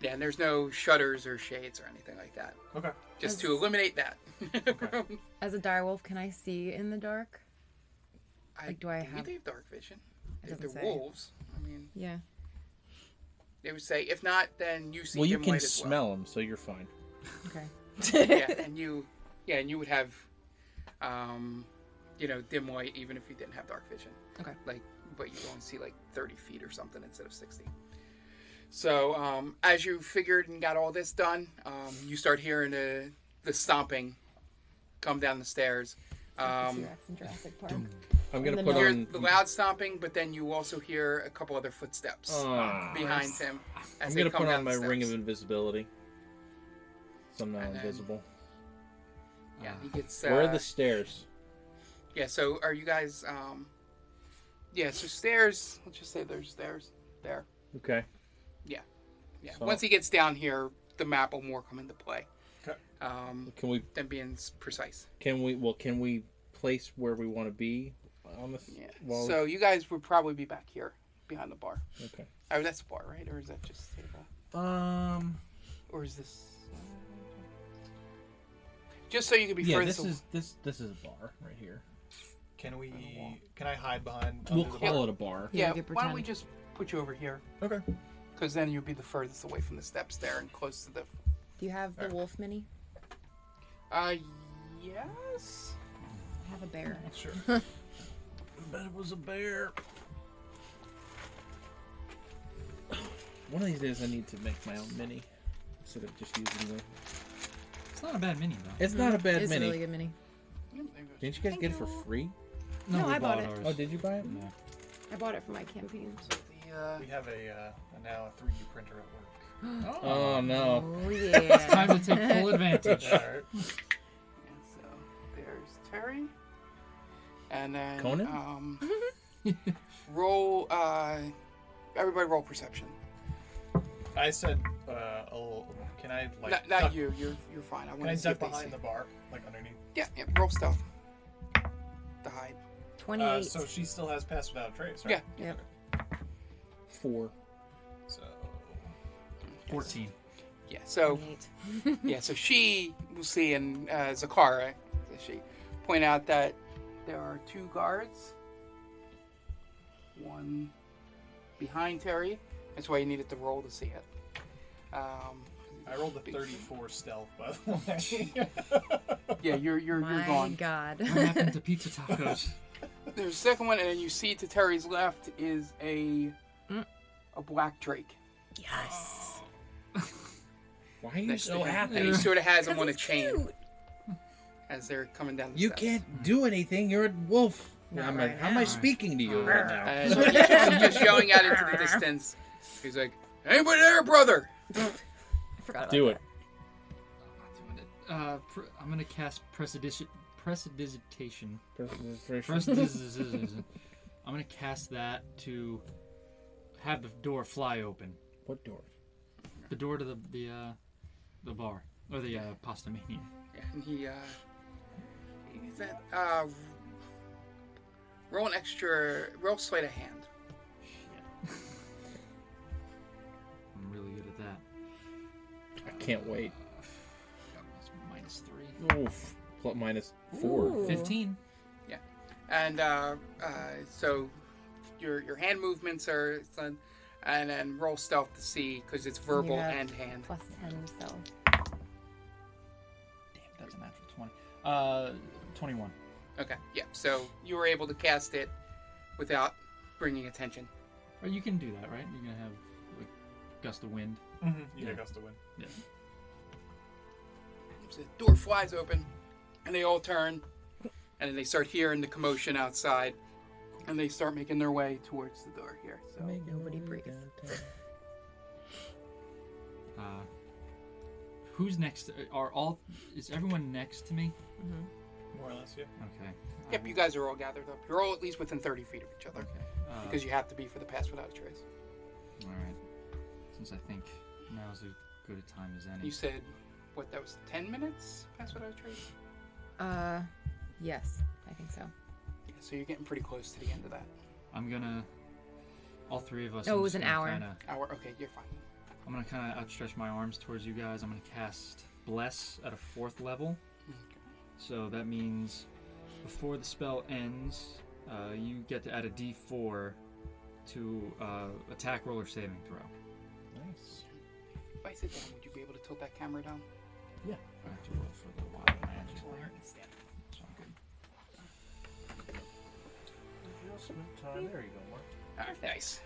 Yeah, and there's no shutters or shades or anything like that.
Okay.
Just to eliminate that. [LAUGHS]
As a direwolf, can I see in the dark?
I
Like, do I
believe
have-
they have dark vision?
It
If they're
doesn't say.
wolves, I mean,
Yeah.
they would say if not, then you see
Well, you
dim
can
light as well.
smell them, so you're fine.
[LAUGHS] Okay.
yeah, and you, yeah, and you would have, um, you know, dim light even if you didn't have dark vision.
Okay.
Like, but you only see like thirty feet or something instead of sixty. So um, as you figured and got all this done, um, you start hearing the the stomping come down the stairs. Um,
T-Rex in Jurassic Park.
I'm going to
the
put
nose.
hear
on.
the loud stomping, but then you also hear a couple other footsteps
Ah.
behind him. As
I'm
they
going to
come
put
down
on my
the
ring of
steps.
invisibility. So I'm not
And then-
invisible.
Yeah, he gets.
Where are
uh,
the stairs?
Yeah, so are you guys um Yeah, so stairs let's just say there's stairs. there.
Okay.
Yeah.
So-
Once he gets down here, the map will more come into play.
Okay.
Um,
Can we?
than being s- precise.
Can we? Well, can we place where we want to be on this?
Yeah.
while-
so you guys would probably be back here behind the bar.
Okay.
Oh, that's the bar, right? Or is that just the table?
Um.
Or is this? Just so you can be
Yeah.
further.
This
to-
is this this is a bar right here.
Can we? Can I hide behind?
We'll
under the
call
bar?
it a bar.
Yeah,
Yeah.
we could
Why don't we
pretend.
just put you over here?
Okay.
Because then you'll be the furthest away from the steps there and close to the.
Do you have the wolf mini?
Uh, yes.
I have a bear.
Sure.
[LAUGHS]
[LAUGHS]
But it was a bear. One of these days, I need to make my own mini instead of just using the.
It's not a bad mini though.
Mm-hmm.
It's not a bad
It's
mini.
a really good mini.
Didn't you guys get it for free?
No,
we
I bought it.
ours.
Oh, did you buy it?
[LAUGHS] Yeah.
I bought it for my campaign.
The, uh,
We have a uh, now a 3D printer at
Uh,
Oh no.
Oh yeah.
Time to take
[LAUGHS]
full advantage.
work. All right.
and so there's Terry. And then
Conan?
um roll uh everybody roll perception.
I said, uh, oh, can I like?
not not
duck-
you, you're you're fine. I
Can
want
I
to see
duck
if they see.
behind the bar, like underneath?
Yeah, yeah, roll stuff. The hide.
Uh,
28.
so she still has pass without trace, right?
Yeah.
Yep.
Four.
So
Fourteen.
Yeah, so
28.
yeah, so she will see and uh, Zakara, she point out that there are two guards. One behind Terry. That's why you needed to roll to see it. Um,
I rolled a
Big-
34 stealth, by the way. [LAUGHS] Mm-hmm.
Yeah, you're you're you're
My
gone.
God.
What happened to pizza tacos?
There's a second one, and then you see to Terry's left is a
Mm.
a black drake,
[LAUGHS] yes.
Why are you
Next
so
to him.
happy?
and he sort of has them
'Cause
on a
he's
chain
cute.
as they're coming down. The
You
steps.
can't do anything. You're a wolf.
Not
I'm
right
like, how am I
now.
speaking to you right now?
[LAUGHS]
And so he's Uh, [LAUGHS] just yelling out into the distance. He's like, "Anybody there, brother?"
I forgot about
[LAUGHS] Do it.
Uh, pr- I'm gonna cast precidition. Precidigitation.
First,
Precidigitation. [LAUGHS] I'm gonna cast that to have the door fly open.
what door?
The door to the the uh, the bar or the uh, pasta mania.
And he uh, he said, uh, "Roll an extra, roll sleight of hand."
I'm really good at that.
I can't wait.
That was minus three.
Oof. Plus minus four.
Ooh.
Fifteen.
and uh, uh, so your your hand movements are and then roll stealth to see because it's verbal
have-
and hand.
Plus 10, so.
Damn, that's a natural twenty. Uh, twenty-one.
Okay, yeah. So you were able to cast it without bringing attention.
Or you can do that, right? You're gonna have like gust of wind.
Mhm, you
Yeah.
take us to win.
Yeah.
So the door flies open, and they all turn, and then they start hearing the commotion outside, and they start making their way towards the door here. So
Nobody breathe.
Uh, who's next? Are all? Is everyone next to me?
More or less, yeah.
Okay.
yep, you guys are all gathered up. You're all at least within 30 feet of each other
Okay. Uh,
because you have to be for the pass without a trace.
All right. Since I think now's as good a time as any.
You said what? That was 10 minutes pass without a trace.
Uh, yes, I think so.
Yeah, so you're getting pretty close to the end of that
I'm gonna. All three of us.
Oh,
I'm
it was
just
an
gonna
hour.
Kinda,
hour. Okay, you're fine.
I'm gonna kind of outstretch my arms towards you guys. I'm gonna cast bless at a fourth level. So that means before the spell ends, uh, you get to add a D4 to uh, attack roll or saving throw.
Nice.
If I sit down, would you be able to tilt that camera down?
I have to roll for a little while. and Oh, I have to- so I'm good.
There you go, Mark.
All right, nice.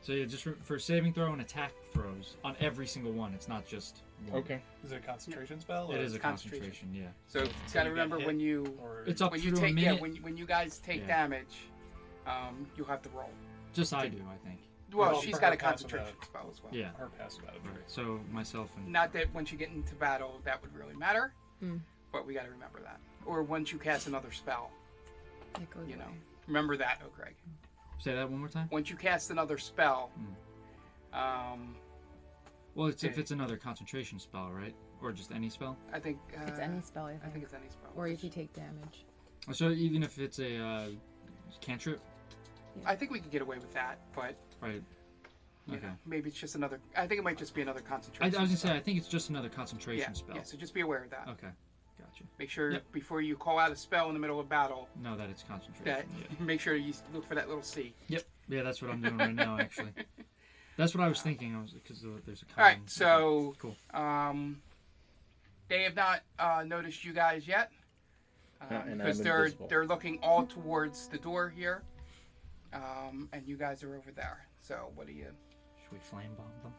So yeah, just re- for saving throw and attack throws on every single one. It's not just one.
Okay.
Is it a concentration spell? Or
It is a
Concentration.
concentration. Yeah.
So you
Until
gotta
you get
remember
hit,
when you
Or
It's up
when
to
you
a
take
minute.
yeah when when you guys take
Yeah.
damage, um, you have to roll.
Just I do, I think.
Well,
Well,
she's
for
got
her,
a
pass without-
concentration spell as well.
Yeah. Mm-hmm.
Her pass without a
All right.
trace.
So myself and
Not that once you get into battle that would really matter,
Hmm.
but we gotta remember that. Or once you cast another spell,
It goes
you know,
away.
remember that, oh, O'Craig.
say that one more time.
Once you cast another spell,
Hmm.
Um,
Well, it's if
Okay.
it's another concentration spell, right? Or just any spell.
I think uh,
It's any spell, I
I
think.
think it's any spell.
or if you take damage.
So even if it's a uh, cantrip,
I think we could get away with that, but
right?
you
Okay.
know, maybe it's just another. I think it might just be another
I, I
concentration.
was gonna say
spell.
I think it's just another
yeah,
concentration spell.
yeah. So just be aware of that.
Okay, gotcha.
Make sure
Yep.
before you call out a spell in the middle of battle,
No, that it's concentration.
that
Yeah.
[LAUGHS] make sure you look for that little C.
Yep. Yeah, that's what I'm doing right
[LAUGHS]
now. Actually, that's what I was thinking. I was because there's a. Common,
All right, so
Cool.
um, they have not uh, noticed you guys yet uh,
and
because
I'm
they're
invisible.
they're looking all towards the door here, um, and you guys are over there. So what do you?
Should we flame bomb them?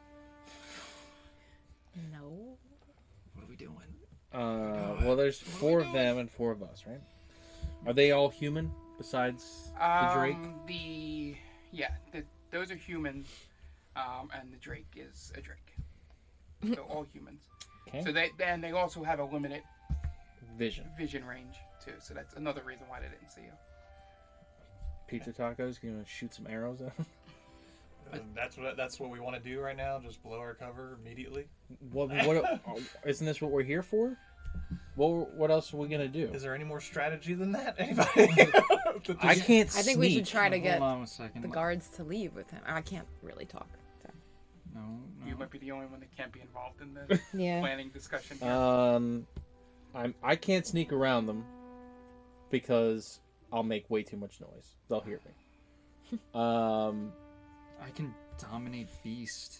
No.
What are we doing?
Uh, well, there's four of them and four of us, right? Are they all human besides the drake?
Um, the yeah, the, those are humans, um, and the drake is a drake. So all humans.
Okay.
So they and they also have a limited
Vision.
vision range too. So that's another reason why they didn't see you.
Pizza tacos. You want to shoot some arrows at 'em? [LAUGHS]
Um, that's what that's what we want to do right now. Just blow our cover immediately.
What? What? isn't this what we're here for? What? What else are we gonna do?
Is there any more strategy than that? [LAUGHS] Anybody?
I can't.
I think we
sneak.
should try to
Hold
get
on a second.
the guards to leave with him. I can't really talk. So.
No, no.
Mm-hmm.
You might be the only one that can't be involved in
[LAUGHS]
the
Yeah.
planning discussion. Here.
Um, I'm. I can't sneak around them because I'll make way too much noise. They'll hear me. Um,
I can dominate beast.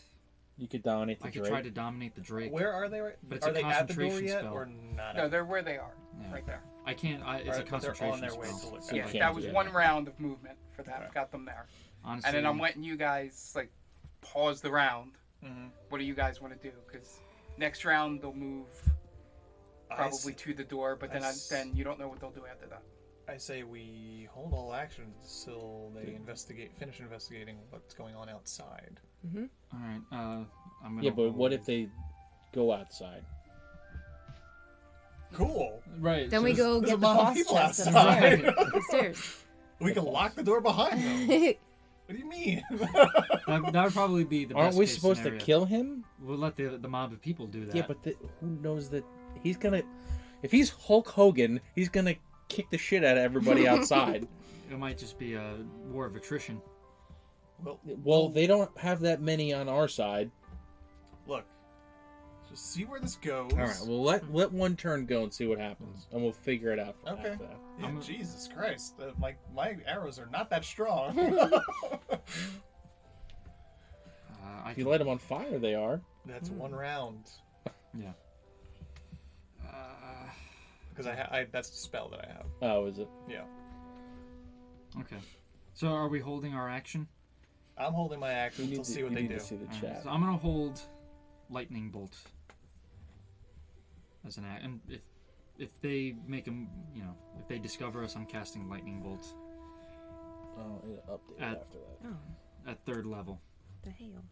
you could dominate the
I could
drake.
try to dominate the drake.
Where are they? Right?
But it's
are
a
they at the door
concentration
yet,
spell.
or not?
no,
at-
they're where they are,
Yeah.
right there.
I can't. I, it's
Or
a
they're on their
concentration
way to
spell.
look
so
You
Yeah,
I
can't
that
do
was
that.
one round of movement for that.
Okay.
Got them there,
Honestly,
and then I'm letting you guys like pause the round.
Mhm.
What do you guys want to do? Because next round they'll move
I
probably
s-
to the door, but
I
then I,
s-
then you don't know what they'll do after that.
I say we hold all actions till they investigate, finish investigating what's going on outside.
All right. Uh, I'm gonna
Yeah, but
roll.
what if they go outside?
Cool.
Right.
Then we
so-
go
there's a
get the
lot of
boss
people
chest
outside. [LAUGHS]
upstairs.
[LAUGHS]
upstairs. [LAUGHS]
We can lock the door behind them. What do you mean?
[LAUGHS]
[LAUGHS]
That, that would probably be the.
Aren't
best
we
case
supposed
scenario.
to kill him?
We'll let the the mob of people do that.
Yeah, but the, who knows that he's gonna? If he's Hulk Hogan, he's gonna kick the shit out of everybody outside.
it might just be a war of attrition.
well,
well, they don't have that many on our side.
look. Just see where this goes.
All right, well let let one turn go and see what happens, and we'll figure it out. From
Okay.
After that.
Yeah,
I'm a-
Jesus Christ! Uh, my my arrows are not that strong. [LAUGHS]
Uh, I
If you
can-
light them on fire, they are.
That's one round
Yeah. Uh,
because I, ha- I that's the spell that I have.
Oh, is it?
Yeah,
okay. So are we holding our action?
I'm holding my
You
action.
need
We'll
to,
see what
you
they
need
do.
to see the
All right,
chat.
so I'm gonna hold lightning bolt as an act, and if if they make them, you know, if they discover us, I'm casting lightning bolt
Oh, it'll update
At-
after that.
Oh,
at third level.
the hell.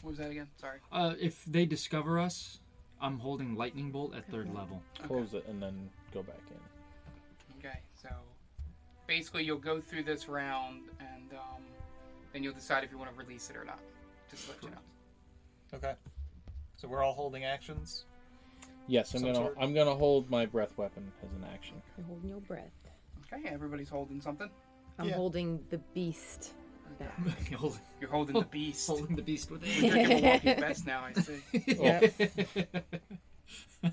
What was that again? Sorry.
Uh, if they discover us, I'm holding lightning bolt at third level. [LAUGHS]
Close it and then go back in.
Okay, so basically you'll go through this round, and um, then you'll decide if you want to release it or not. Just to let you know.
Okay. So we're all holding actions.
Yes, I'm
Some
gonna
sort?
I'm gonna hold my breath weapon as an action.
You're holding your breath.
Okay, everybody's holding something.
I'm
Yeah.
holding the beast back.
holding,
You're
[LAUGHS]
holding the beast.
holding the
[LAUGHS]
beast with
You're
it.
drinking Milwaukee Best now, I see.
[LAUGHS] I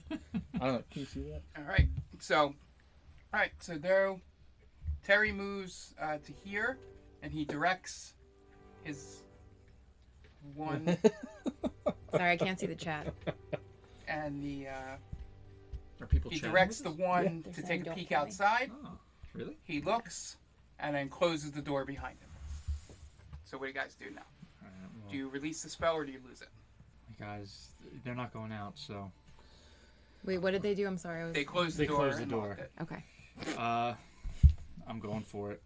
don't know. Can you see that?
All right. So, all right. So there, Terry moves uh, to here, and he directs his one
Sorry, I can't see the chat.
and the uh,
Are people?
he
chatting
directs
with
the
us?
one
They're
to
saying
take a
don't
peek
play.
outside.
Oh, really?
He looks, and then closes the door behind him. So what do you guys do now?
All right, well,
Do you release the spell or do you lose it?
guys, they're not going out, so
Wait, what did they do? I'm sorry. I was...
They close the
They
door.
close the
and lock
door.
it.
Okay.
uh, I'm going for it.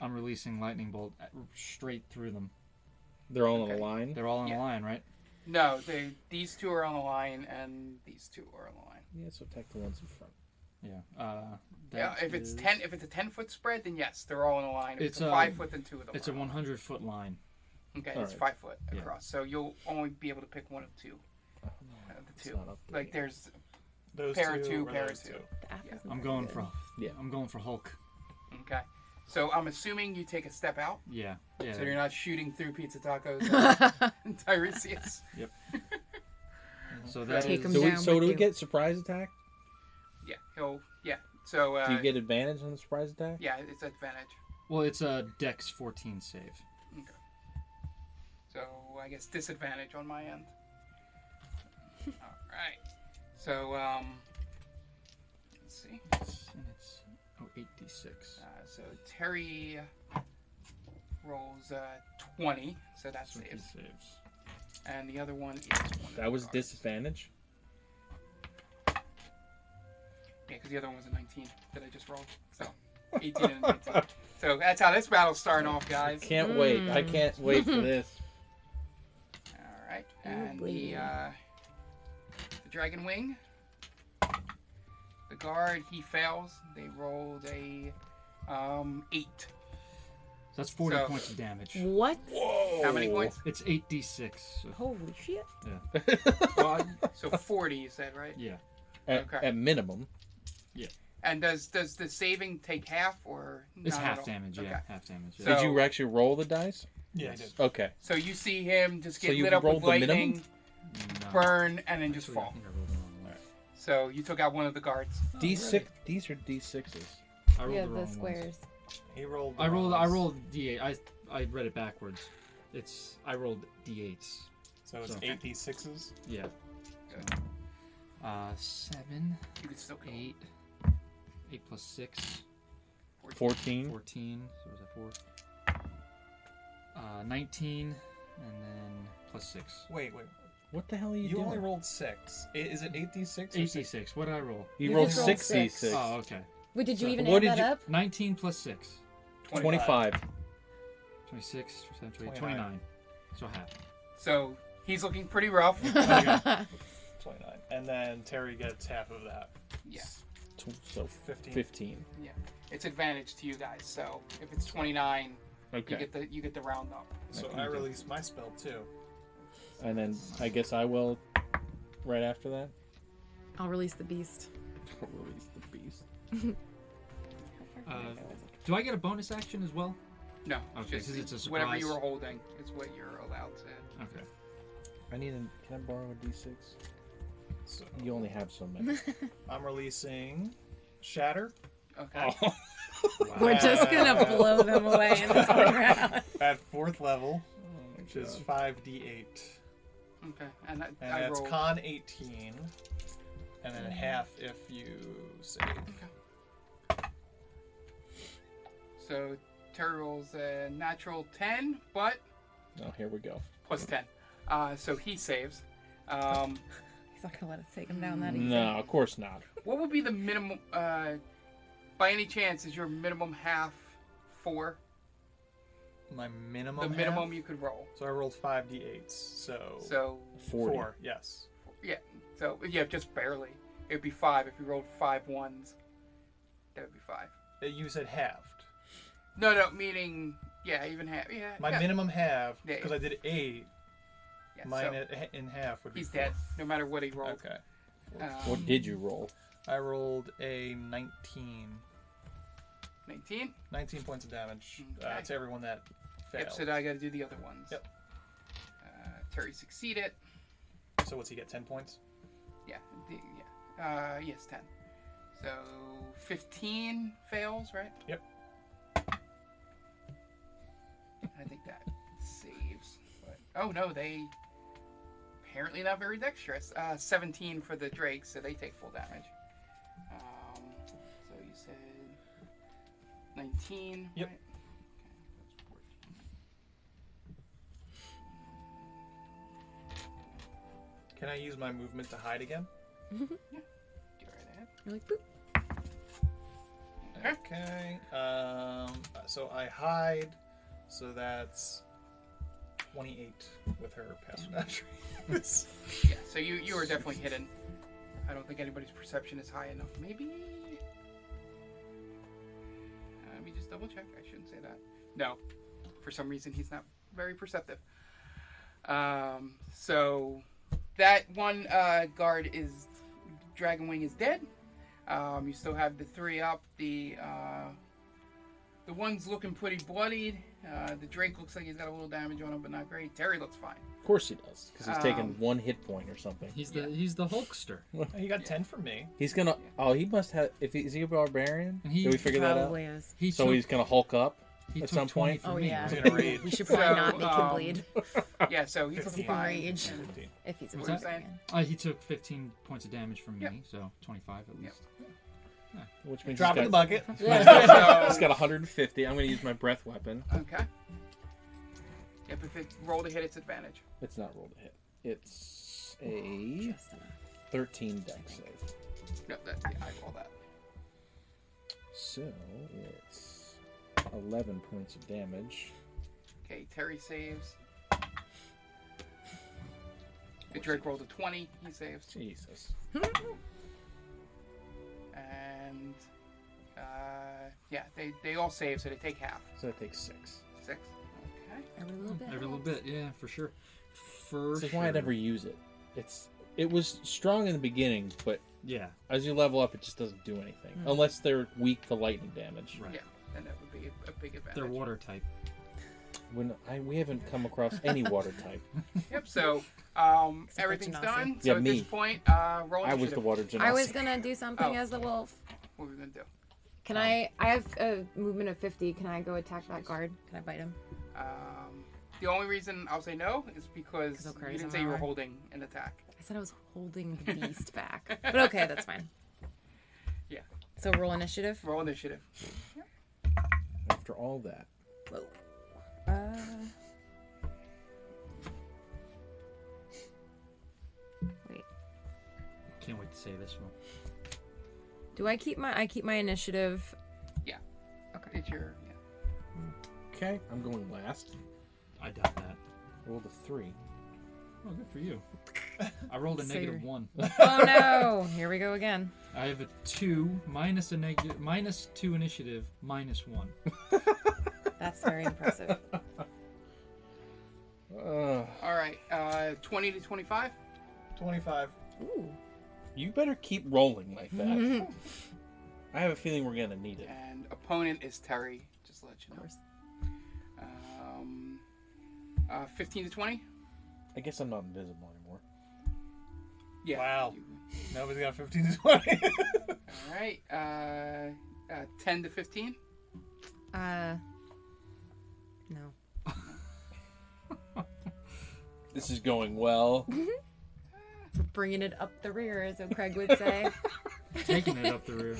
I'm releasing lightning bolt at- straight through them.
[LAUGHS] They're all on
Okay.
a line.
They're all in
Yeah.
a line, right?
No, they these two are on the line, and these two are on the line.
Yeah, so take the ones in front.
Yeah. Uh,
Yeah,
that
if it's
is-
ten, if it's a ten foot spread, then yes, they're all in a line. If it's,
It's
a
a-
five foot, then two of them.
it's
are
a
on.
100 foot line.
Okay,
All
it's
right.
five foot
Yeah.
across, so you'll only be able to pick one of two. Uh,
Uh-huh. It's
the two,
not up there
like
yet.
there's
Those
Pair
two,
two,
or
pair
those
two.
The apple's
I'm
not
going
good.
for
Yeah.
I'm going for Hulk.
okay. So I'm assuming you take a step out,
Yeah. Yeah.
so you're not shooting through pizza
[LAUGHS]
tacos, uh, Tiresias.
So that
Take
is-
him
So, we,
down
so
with
do we
you.
get surprise attack?
Yeah, he'll. Yeah. So uh,
Do you get advantage on the surprise attack?
yeah, it's advantage.
Well, it's a Dex 14 save.
Okay. So I guess disadvantage on my end. All right. So um, let's see.
It's, and it's oh, 8d6.
Uh, so Terry rolls uh, 20, so that
So he
saves.
saves.
And the other one is one. of the
That was
cards.
disadvantage.
Yeah, because the other one was a 19 that I just rolled. So 18 and a 19.
[LAUGHS]
So that's how this battle's starting off, guys. Hmm.
Can't wait. I can't
[LAUGHS]
wait for this.
All right,
Oh,
and the
boy.
uh, the dragon wing. The guard he fails. They rolled a um eight.
So that's 40
So-
points of damage.
What?
How
Oh.
many
[LAUGHS]
points?
It's 8d6. So,
Holy shit.
So forty, you said, right?
yeah.
At,
Okay.
at minimum.
And does does the saving take half or
It's
not at
half
all?
damage, yeah.
Okay.
Half damage. Yeah.
So-
Did you actually roll the dice?
Yeah, I
Yes.
did.
Okay.
So you see him just
So
get
you
lit up with
rolled the minimum? Oh.
lightning,
No.
burn, and then just
Actually, I
fall.
think I rolled the wrong one.
So you took out one of the guards.
D6. These are D6s.
I rolled
Yeah,
the
the,
wrong ones.
squares.
He rolled.
I rolled. I
ones,
rolled d8. I I read it backwards. It's I rolled d8s.
So it's
so-
eight d sixes.
Yeah. Uh, seven,
You could still kill him.
eight, eight plus six,
14.
14. So was that four? Uh, 19, and then plus six.
Wait, wait.
What the hell are you,
You,
doing?
only rolled six. I- Is it eight d six?
Eight d six. What did I roll?
you
You
rolled
just rolled
6
six.
D6.
Oh, okay.
Wait, did you
So-
even
What
add
did
that
you-
up?
19 plus six.
25.
26, 27, 28, 29.
Twenty-nine.
So half.
So he's looking pretty
[LAUGHS]
rough.
Twenty nine. And then Terry gets half of that.
yeah.
Tw- So
15.
15.
Yeah, it's advantage to you guys. So if it's 29,
Okay.
you get the you get the round up.
So I release my spell too.
And then I guess I will right after that.
[LAUGHS] I'll release the beast.
Release the beast.
Uh, do I get a bonus action as well?
No,
Okay,
just
'cause it's a
whatever you
surprise.
were holding is what you're allowed to.
Okay.
I need a. Can I borrow a D6?
So
You only have so [LAUGHS] many.
I'm releasing Shatter
Okay.
Oh.
We're just gonna
Wow.
blow them away in this one round.
at fourth level, which is five d eight,
[LAUGHS] Okay. And, that,
and
I
that's
roll. Mm-hmm.
con eighteen, and then half if you save.
so Terry rolls a natural 10, but
Oh, here we go.
plus 10. Uh, so he saves.
[LAUGHS]
Um,
He's not gonna let us take him down that easy.
No, of course not.
what would be the minimum? Uh, by any chance, is your minimum half four?
My minimum.
the
half?
minimum you could roll.
So I rolled five d eights. So,
So
40.
four. Yes.
Yeah. So yeah, just barely. It would be five if you rolled five ones. That would be five.
Uh, You said halved.
No, no, meaning yeah, even half. Yeah.
My
yeah.
minimum half
Yeah.
because I did eight.
Yeah, so
Mine at- in half would be.
he's
four.
dead, no matter what he rolled.
Okay.
Um,
What did you roll?
I rolled a 19.
Nineteen.
19 points of damage uh,
Mm, Okay.
to everyone that failed.
Yep. So now I got to do the other ones.
Yep.
Uh, Terry succeeded.
So what's he get? 10 points?
Yeah. The, yeah. Uh, yes, ten. So fifteen fails, right?
Yep.
I think that saves. But, oh no, they apparently not very dexterous. Uh, 17 for the drakes, so they take full damage. Um, so you said 19.
Yep.
Right? Okay, that's 14.
Can I use my movement to hide again?
Do it right ahead.
You're like, boop.
Okay.
Okay. Um, so I hide. So that's 28 with her passive attributes. [LAUGHS]
Yeah, so you, you are definitely hidden. I don't think anybody's perception is high enough. Maybe. Uh, let me just double check. I shouldn't say that. No. For some reason, he's not very perceptive. Um, so that one uh, guard is Dragon Wing is dead. Um, you still have the three up. The uh, the one's looking pretty bloodied. Uh, the Drake looks like he's got a little damage on him, but not great. Terry looks fine.
Of course he does, because he's taken
Um,
one hit point or something.
He's the he's the Hulkster.
He got ten from me.
He's gonna. Oh, he must have. If he, is he a barbarian?
And he
Did we figure that out?
Probably is.
He
So
took-
he's gonna Hulk up.
he
at
took
some
20
point-
from
Oh,
me.
yeah.
He's gonna rage.
We should probably
So,
not make
um,
him bleed
Yeah, so he's
Fifteen.
fine.
Rage.
And-
Fifteen.
if he's a
what was that?
barbarian.
Uh, he took 15 points of damage from me,
Yep.
so 25 at least.
Which means
Drop
[LAUGHS]
in
he's
the
got,
bucket.
So-
he's got 150. I'm gonna use my breath weapon.
Okay. Yep, if it roll to hit, it's advantage.
It's not rolled a hit. It's a
Just enough.
13 dex save.
No, that yeah, I roll that.
So it's 11 points of damage.
Okay, Terry saves. The Drake rolled a twenty. He saves.
Jesus.
and uh, yeah, they, they all save, so they take half.
So that takes six.
Six. Okay.
Every little bit.
Every little bit, yeah, for sure. For
This is
sure.
why I never use it. It's it was strong in the beginning, but
Yeah,
as you level up, it just doesn't do anything unless they're weak to lightning damage.
right.
Yeah, then that would be a, a big advantage.
They're water type.
When I, we haven't come across [LAUGHS] any water type.
Yep. So um,
Except for
everything's
Genasi.
done.
Yeah,
so at
me.
this point, uh, roll
I was the
initiative.
water genasi.
I was gonna do something
Oh.
as the wolf.
What are we gonna do?
Can I? I have a movement of fifty. Can I go attack that guard? Can I bite him?
Um, the only reason I'll say no is because
'Cause I'll carry
you didn't
some
say you were
armor.
holding an attack.
I said I was holding [LAUGHS] the beast back, but okay, that's fine.
Yeah.
So roll initiative.
Roll initiative.
After all that,
Whoa. Uh, wait.
Can't wait to say this one.
Do I keep my? I keep my initiative.
It's your. Yeah.
okay, I'm going last.
I doubt that.
Rolled a three.
Oh, good for you. I rolled a
So
negative
you're-
one.
[LAUGHS]
[LAUGHS]
Oh no! Here we go again.
I have a two minus a negative minus two initiative minus one.
That's very impressive.
Uh,
All right. Uh, Twenty to twenty-five.
Twenty-five.
Ooh.
you better keep rolling like [LAUGHS] that. I have a feeling we're gonna need it.
And opponent is Terry. Just to let you know.
course.
Um, uh, Fifteen to twenty.
I guess I'm not invisible anymore.
Yeah.
Wow.
you-
Nobody's got fifteen to twenty. [LAUGHS]
All right, uh, uh, 10 to
[LAUGHS]
15.
[LAUGHS] Uh. No.
This is going well.
We're bringing it up the rear, as Craig would say.
Taking it up the rear.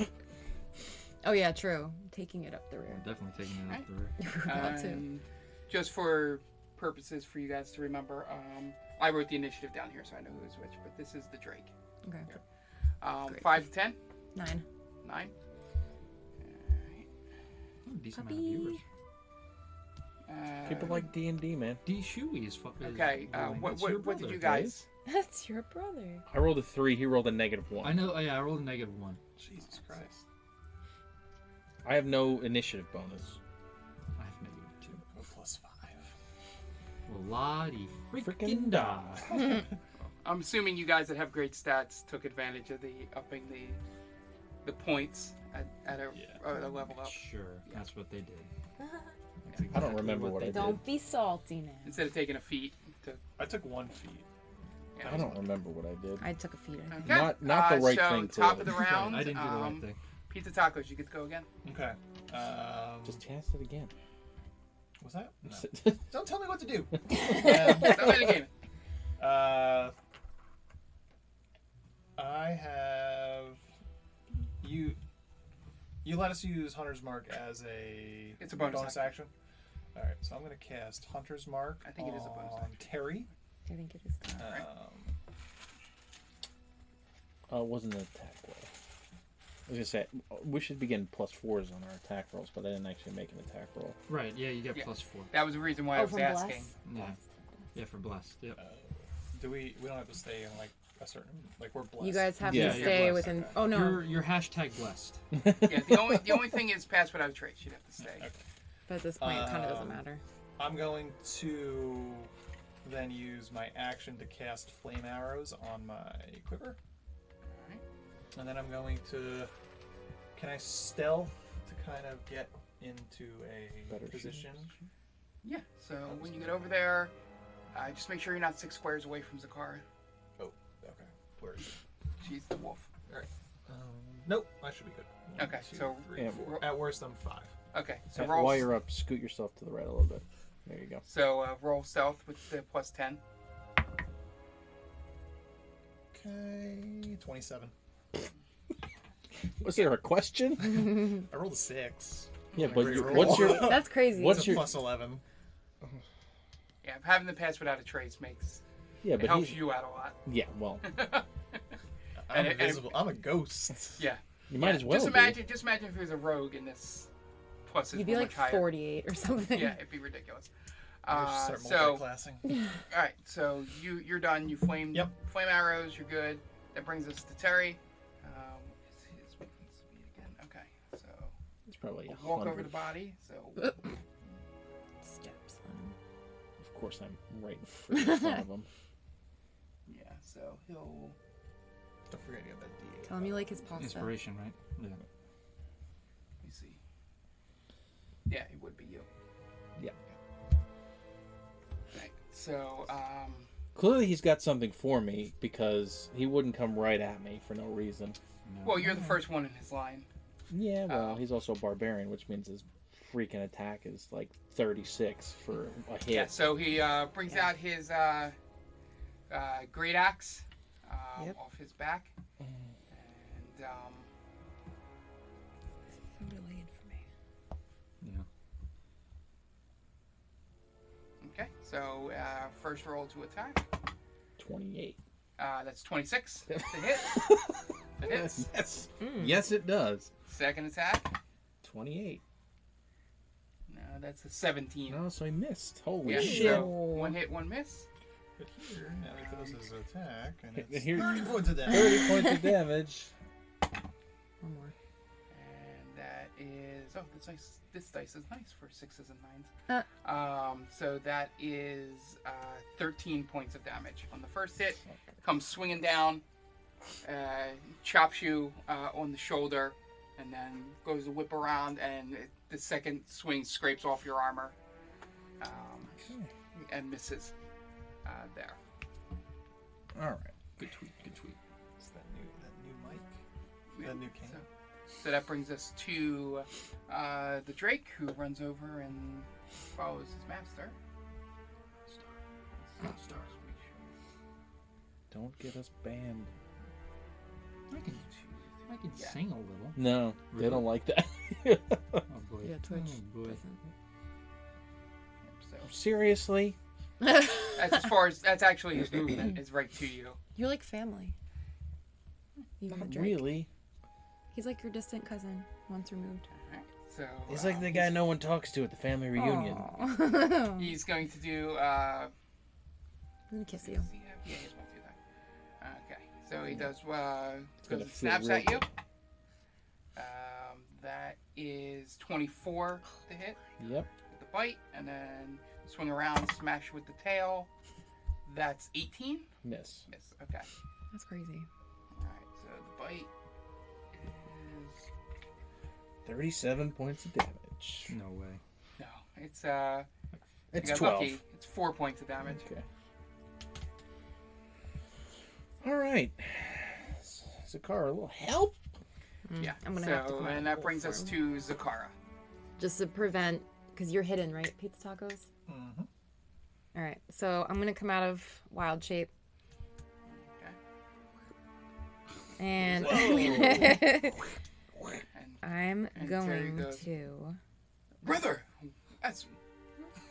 oh yeah, true. Taking it up the rear. [LAUGHS]
Definitely taking it up the rear.
We're about to.
Um, just for purposes for you guys to remember, um, I wrote the initiative down here, so I know who's which, but this is the Drake.
Okay.
Um,
Great.
5 to 10,
Nine. [LAUGHS]
9.
Oh, decent amount of viewers.
Uh,
People like D and D, man.
D Shuey is fucking.
Okay, uh, what, what, what did you guys?
That's your brother.
I rolled a three. He rolled a negative one.
I know. oh, Yeah, I rolled a negative one.
Jesus Christ.
I have no initiative bonus.
I have negative two.
A Oh, plus five.
Lottie
Frickin'
freaking da.
I'm assuming you guys that have great stats took advantage of the upping the the points at, at, a, at a level up.
Sure, that's what they did. That's
I
exactly
don't remember what I
they
did.
[LAUGHS] Don't be salty now.
Instead of taking a feat. To,
I took one feet.
yeah.
I don't remember what I did.
I took a feeder.
Okay.
Not- not the
uh,
right
so
thing to-
Top of
[LAUGHS]
the
Right,
Right,
round.
I didn't do the
um,
right thing.
Pizza tacos, you get to go
[LAUGHS]
again.
Okay. Um,
Just chance it again.
was that? No. Don't tell me what to do. Um,
Stop playing the game.
Uh, I have you. You let us use Hunter's Mark as a
It's a bonus
action. All right, so I'm gonna cast Hunter's Mark.
I think it is a bonus
on
action.
Terry.
I think it is.
Um,
Alright.
[LAUGHS] Uh, it wasn't an attack roll. I was gonna say we should be getting plus fours on our attack rolls, but I didn't actually make an attack roll.
Right, yeah, you get
Yeah.
plus four.
That was the reason why I was
Oh, from
asking.
Bless?
Yeah, yeah, for blessed. Yep.
do we? We don't have to stay in like a certain like we're blessed.
You guys have
Yeah,
to
you're
stay
blessed.
within. Oh no.
Your your hashtag blessed.
Yeah, the only the only thing is pass without a trace. You'd have to stay.
But at this point, it kind of doesn't
[LAUGHS]
Um,
matter.
I'm going to then use my action to cast flame arrows on my quiver.
Alright.
And then I'm going to. Can I stealth to kind of get into a
Better
position?
Yeah. So when you get over there, uh, just make sure you're not six squares away from Zakara.
Okay. Where is it?
She's the wolf.
Um, nope, I should be good. One,
Okay,
two,
so-
three,
Yeah.
four. At worst, I'm five.
Okay. So
And
roll.
while you're up, scoot yourself to the right a little bit. There you go.
So uh, roll stealth with the plus ten.
Okay, 27.
Was there
[LAUGHS]
a question?
I rolled a six.
Yeah,
Like,
but
great
you-
roll.
what's your
It's
That's crazy.
What's
a
your-
plus 11.
Yeah, having the pass without a trace makes
yeah?
it
But
helps
he's
you out a lot.
yeah. Well,
I'm
And it- and-
invisible. I'm a ghost.
Yeah.
you might
Yeah,
as well.
Just
be.
imagine, just imagine if he was a rogue and this plus is
You'd be
were
like
much higher.
48 or something.
Yeah, it'd be ridiculous.
I should
Uh,
start
so, all
multi-classing.
right, so you you're done. You flame
Yep.
flame arrows. You're good. That brings us to Terry. Um, is his movement speed again? Okay, so
It's probably
we'll
a
walk over
hundred.
the body. So
[LAUGHS] [LAUGHS] Steps.
Of course, I'm right in front of [LAUGHS] him.
yeah, so he'll.
Don't forget you have that D8.
Tell him you like his pasta.
Inspiration, right? Yeah.
Let me see. Yeah, it would be you.
Yeah.
Right. So um,
Clearly, he's got something for me because he wouldn't come right at me for no reason.
No.
well,
Mm-hmm.
you're the first one in his line.
Yeah, well,
Oh.
he's also a barbarian, which means his freaking attack is like 36 for a hit.
Yeah, so he uh, brings out his uh, uh, great axe um,
Yep.
off his back. And um,
Yeah.
okay, so uh, first roll to attack.
28.
Uh, that's 26 to hit. That hits.
Yes.
Mm.
Yes, it does.
Second attack.
28.
No, that's a 17.
No, so he missed. Holy
yeah,
Oh, shit.
so one hit, one miss.
But here, now he throws his attack, and
Here-
it's
here-
30 points of damage.
30 points of damage.
One more.
And that is oh, this dice, this dice is nice for sixes and nines.
Uh.
Um, so that is uh, thirteen points of damage on the first hit. Comes swinging down, uh, chops you uh, on the shoulder, and then goes to whip around, and it, the second swing scrapes off your armor, um, and misses uh, there.
All right.
Good tweet. Good tweet.
It's that new, that new mic. That new king.
So, so that brings us to uh, the Drake, who runs over and follows his master.
Don't get us banned.
I can, I can
Yeah.
sing a little.
No, they
Really?
don't like that. [LAUGHS]
Oh boy.
Yeah, Twitch
Oh boy.
[LAUGHS]
So
Seriously?
that's as far as that's actually
[CLEARS THROAT]
his movement is right to you.
You're like family. You and the
Not
Drake.
really.
He's like your distant cousin, once removed.
Alright, So
He's
uh,
like the guy no one talks to at the family reunion.
Aw.
He's going to do. Uh,
Let me kiss you.
does he have- yeah, he has one too, though. Okay, so he does. Uh,
gonna
goes and
feel
snaps
real
at you.
good.
Um, that is 24 to hit.
Yep.
with the bite, and then swing around, smash with the tail. That's 18.
Miss.
Miss. Okay.
That's crazy.
All right. So the bite is
37 points of damage.
No way.
no. It's uh. you
It's
got
12.
lucky. It's four points of damage.
Okay. All right. Zakara, a little help?
Yeah.
I'm gonna
so
have to come out
and
and
that
roll
brings
for
us
him.
to Zakara.
Just to prevent, because you're hidden, right? Pizza tacos?
Mm-hmm.
All right, so I'm gonna come out of wild shape. And
And
[LAUGHS] I'm
And there you
going
go.
to.
brother, that's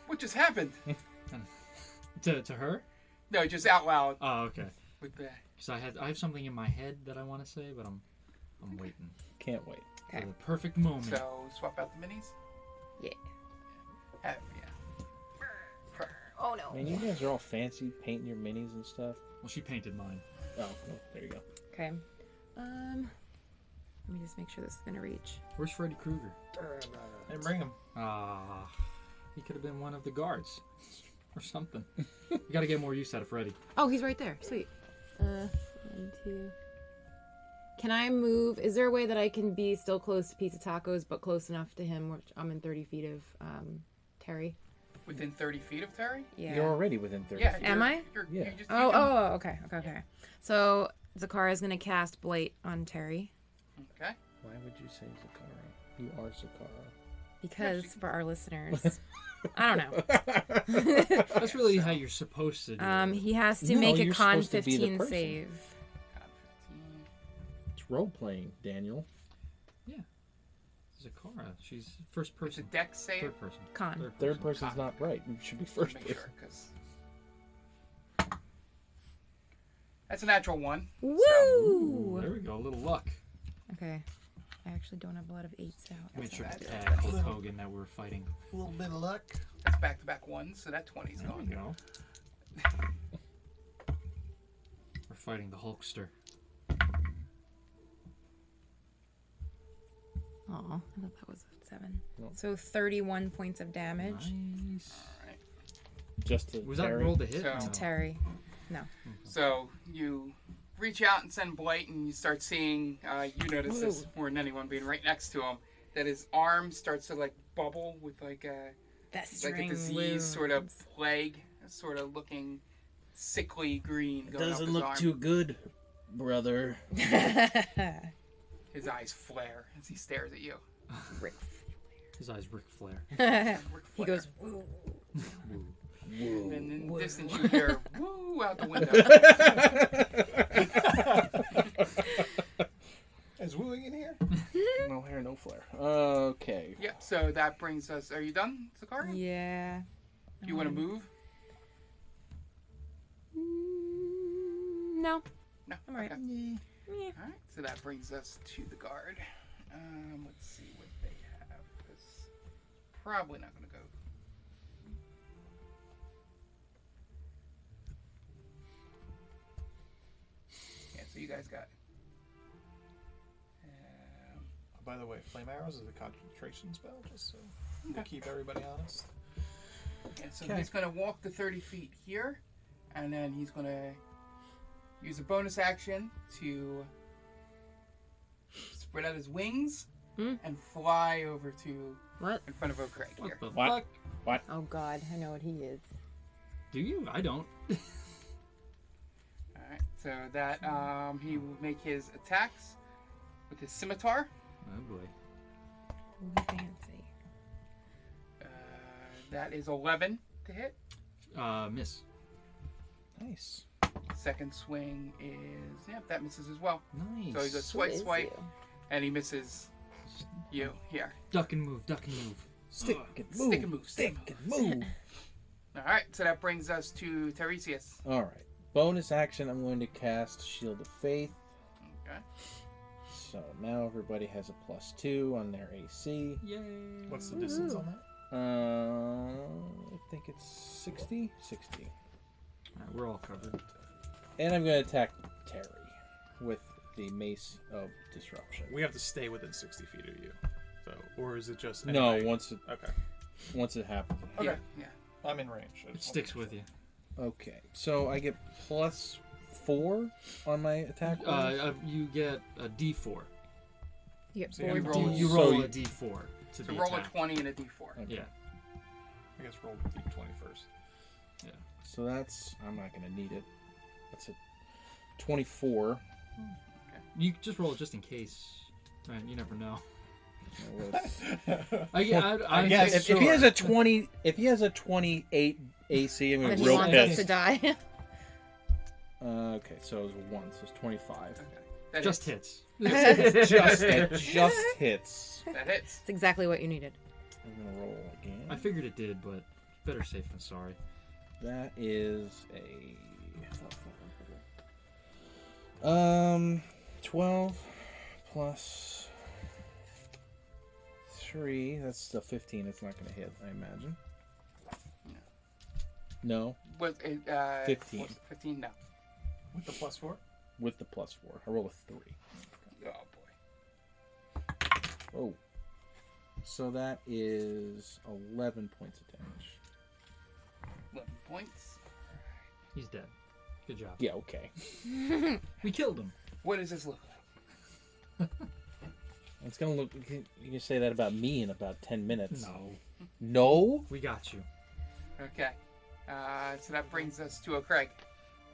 what just happened.
To, to her?
No, just out loud
Oh, okay.
with the.
Because I had I have something in my head that I want to say, but I'm I'm waiting
Can't wait.
for
Okay.
the perfect moment.
So swap out the minis.
Yeah.
Uh, yeah.
Oh no.
Man, you guys are all fancy painting your minis and stuff.
Well, she painted mine.
Oh, well, there you go.
Okay. Um, let me just make sure this is gonna reach.
Where's Freddy Krueger?
And bring him.
Ah, He could have been one of the guards [LAUGHS] or [LAUGHS] something. you got to get more use out of Freddy.
Oh, he's right there. Sweet. Uh, one, two. Can I move? Is there a way that I can be still close to Pizza Tacos, but close enough to him, which I'm in 30 feet of um, Terry?
Within 30 feet of Terry?
Yeah.
You're already within 30
Yeah.
feet.
Am
you're-
I?
You're,
Yeah.
You just,
Oh,
you can-
oh, okay, okay, okay. So Zakara is gonna cast Blight on Terry oh.
Okay.
Why would you say Zakara? You are Zakara.
because for our listeners, I don't
[LAUGHS]
know.
That's really how you're supposed to do
Um,
it.
he has to
No,
make a
you're
con
supposed to be the
15
person.
save.
Con 15.
It's role playing, Daniel.
Zakara. She's first
It's a
person.
deck save.
Third person.
Con.
Third person's not right. It should be first
Make
person.
sure, 'cause- That's a natural one.
Woo!
There we go. A little luck.
Okay. I actually don't have a lot of eights out.
Made sure
not
to
bad.
tag Hulk Hogan that we're fighting.
A little bit of luck.
That's back to back ones, so that 20's
There we
gone.
go. We're fighting the Hulkster.
Oh, I thought that was a seven.
No.
So 31 points of damage
Nice.
Alright.
Just to
Was that
Terry.
rolled a hit?
So-
No.
to Terry. Mm-hmm.
So you reach out and send Blight, and you start seeing, uh, you notice this more than anyone being right next to him, that his arm starts to like bubble with like a, like
That
a
string
disease
wounds.
sort
[LAUGHS]
of plague, sort of looking sickly green going up his arm.
good, brother.
His eyes flare as he stares at you. [LAUGHS]
His eyes Ric Flair.
Ric
he
Flair.
goes, woo.
And in the distance you hear woo out
[LAUGHS]
the window.
Is wooing in here? Oh,
no hair, no flair. Okay.
Yep. So that brings us. Are you done, Zakari?
Yeah.
You want to move?
Mm, No.
No.
I'm all right.
Okay.
Meh.
All right. So that brings us to the guard. Um, let's see what they have. 'cause probably not going to go. Yeah. So you guys got. Um,
By the way, flame arrows is a concentration spell, just so to keep everybody honest.
Yeah, so
Okay.
he's going to walk the 30 feet here, and then he's going to use a bonus action to spread out his wings
Hmm.
and fly over to
What?
in front of Oak Crag
What
here.
the
What?
fuck?
Oh, God. I know what he is.
Do you? I don't.
All right, so that um, he will make his attacks with his scimitar.
Oh boy.
Fancy.
Uh, that is 11 to hit.
Uh, miss.
Nice.
Second swing is yep, that misses as well,
Nice.
So he goes- Swipe, swipe. and he misses you here.
Duck and move. Duck and move.
Stick and move.
Stick and move, stick
Stick and move.
All right, so that brings us to Tiresias.
All right. Bonus action. I'm going to cast Shield of Faith.
Okay.
So now everybody has a plus two on their AC.
Yay.
What's the distance on that?
Uh, I think it's 60? 60.
Alright, we're all covered.
And I'm going to attack Terry with the Mace of Disruption.
We have to stay within 60 feet of you. So, or is it just
No,
anybody-
once it
Okay.
once it happens.
Yeah, yeah.
I'm in range. I
It
just
sticks
wanna
with you.
Okay, so I get plus four on my attack.
Uh, uh, you get a D4.
Yep.
So you have to
roll-
You, you
So
roll
you-
a D4
So
to be
roll a
attacked.
20 and a d4.
Okay.
Yeah.
I guess roll the d20 first.
So that's I'm not gonna need it. That's a twenty-four.
You just roll it just in case. Right, you never
[LAUGHS]
know.
I would- [LAUGHS]
I, I, I,
I guess.
if, if he has a twenty, if he has a twenty-eight AC, I'm gonna
But
be
he
real
wants us
pissed.
to die. [LAUGHS]
Uh, okay, so it was one, so it's twenty-five.
That
Just
hits.
[LAUGHS]
hits. [LAUGHS]
Just it just hits.
That hits.
It's exactly what you needed.
I'm gonna roll again.
I figured it did, but better safe than sorry.
That is a um twelve plus three. That's the fifteen. It's not going to hit, I imagine. No,
Was it, uh,
15.
was it 15? No.
With the plus four?
with the plus four, I roll a three.
Oh boy.
Oh, So that is 11 points of damage.
11 points.
He's dead. Good job.
Yeah, okay.
We killed him.
What does this look like?
It's gonna look. You can, you can say that about me in about 10 minutes.
No.
No?
Mm-hmm.
We got you.
Okay. Uh, so that brings us to a Craig.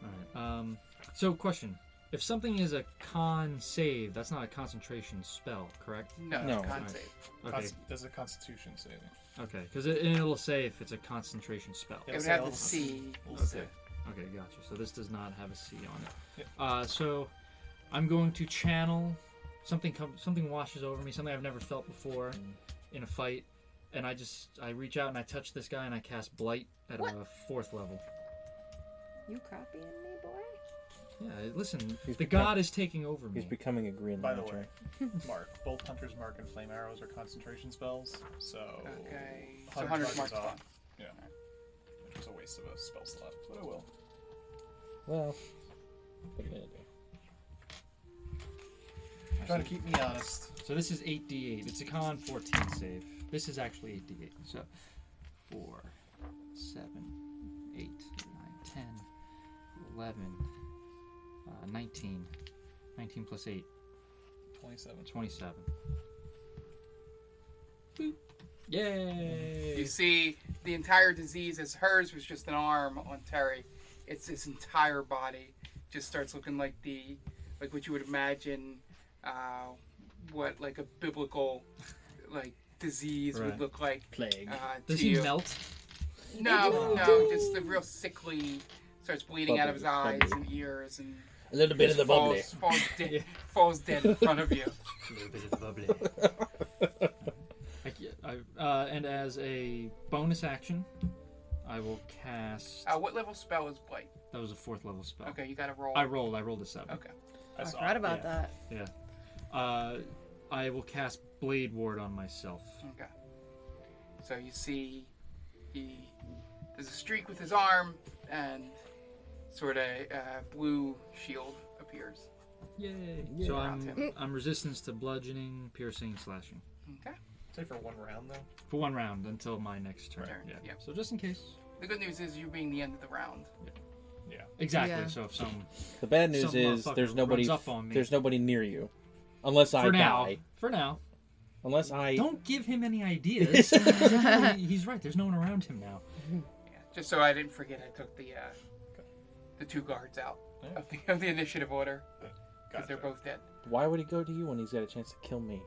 Alright. Um, so, question. If something is a con save, that's not a concentration spell, correct?
No,
No.
con
Alright.
save.
Okay.
Cons- There's a Constitution saving.
Okay. Because it, and it'll say if it's a concentration spell.
It would have the C.
Okay.
Okay, gotcha. So this does not have a C on it. Uh, so I'm going to channel something. Com- something washes over me. Something I've never felt before
Mm.
in a fight, and I just I reach out and I touch this guy and I cast blight at a fourth level.
You copying me, boy?
Yeah, listen,
He's
the
become-
god is taking over me.
He's becoming a green
By the
lantern.
way, [LAUGHS] Mark, both Hunter's Mark and Flame Arrows are concentration spells, so.
Okay. So Hunter's Mark's
is
fun.
off, Yeah. Which was a waste of a spell slot, but I will.
Well, what are you gonna do?
Try to keep me honest.
so this is 8d8. It's a con 14 save. This is actually 8d8. So 4, 7, 8, 9, 10, 11, uh, 19. 19 plus 8.
27.
27. Yay!
You see, the entire disease is hers was just an arm on Terry. It's his entire body just starts looking like the like what you would imagine, uh, what like a biblical like disease
Right.
would look like.
Plague.
Uh,
Does
to
he
you.
melt?
No, no, just the real sickly starts bleeding out of his
Bubbly,
eyes
bubbly.
and ears and
a little bit of the bubbly.
falls, falls,
[LAUGHS]
de- falls dead in front of you.
A little bit of the bubbly. [LAUGHS] I ca- I- uh, and as a bonus action, I will cast.
Uh, what level spell is Blight?
That was a fourth level spell.
Okay, you got to roll.
I rolled. I rolled a seven.
Okay.
I
I
saw.
forgot
yeah.
about that.
Yeah. Uh, I will cast Blade Ward on myself.
Okay. So you see, he there's a streak with his arm, and sort of uh, blue shield appears.
Yay! So I'm
Gotcha.
I'm resistance to bludgeoning, piercing, slashing
Okay.
Say for one round, though.
for one round until my next turn.
Turn,
Yeah.
yep.
So just in case.
The good news is you being the end of the round.
Exactly.
Yeah.
So if some
The bad news
Some
is
motherfucker
there's nobody.
runs up on me.
There's nobody near you, unless I
for now,
die.
for now,
Unless I. [LAUGHS]
Don't give him any ideas. He's right. There's no one around him now.
Yeah. Just so I didn't forget, I took the uh, the two guards out of the, of the initiative order because they're both dead.
Why would he go to you when he's got a chance to kill me?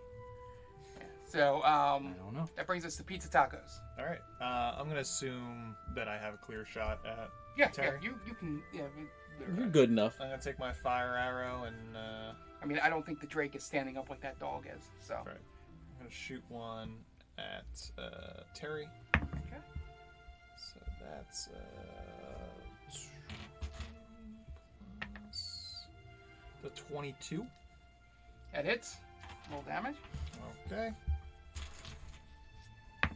So
I
um,
don't know.
that brings us to pizza tacos.
All right. Uh, I'm gonna assume that I have a clear shot at.
Yeah, yeah.
Terry?
You you can. Yeah. I mean, they're-
You're good enough.
I'm gonna take my fire arrow and uh,
I mean, I don't think the Drake is standing up like that dog is. So.
Right. I'm gonna shoot one at uh, Terry.
Okay.
So that's uh, plus the 22.
That hits. Roll damage.
Okay. Uh,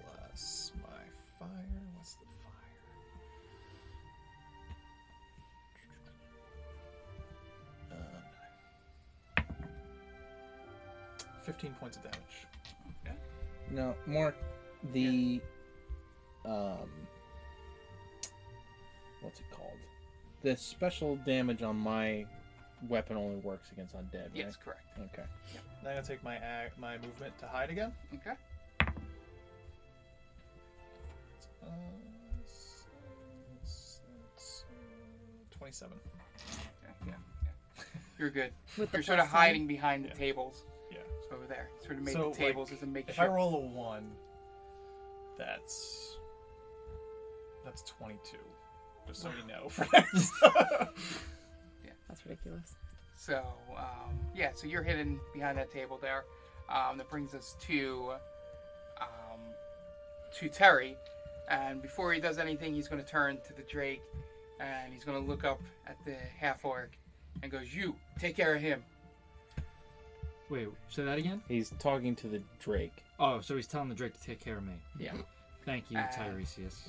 Plus my fire. What's the fire? Uh, Fifteen points of damage.
No, Mark, the um, what's it called? The special damage on my weapon only works against undead. Right?
Yes, correct.
Okay.
Now I'm gonna take my ac- my movement to hide again.
Okay.
Uh, s- s- s- Twenty-seven.
Yeah, yeah, yeah. You're good.
With the
You're sort of
plus sign.
hiding behind the
Yeah.
tables.
Yeah.
It's over there. Sort of made
So,
the tables
like,
as a makeshift.
If I roll a one, that's that's twenty-two. Just so we know. [LAUGHS] For next.
That's
[LAUGHS]
ridiculous.
So, um, yeah, so you're hidden behind that table there. Um, that brings us to um, to Terry. And before he does anything, he's going to turn to the Drake and he's going to look up at the half orc and goes, You, take care of him.
Wait, say that again?
He's talking to the Drake.
Oh, so he's telling the Drake to take care of me.
Yeah.
Thank you,
Uh,
Tiresias.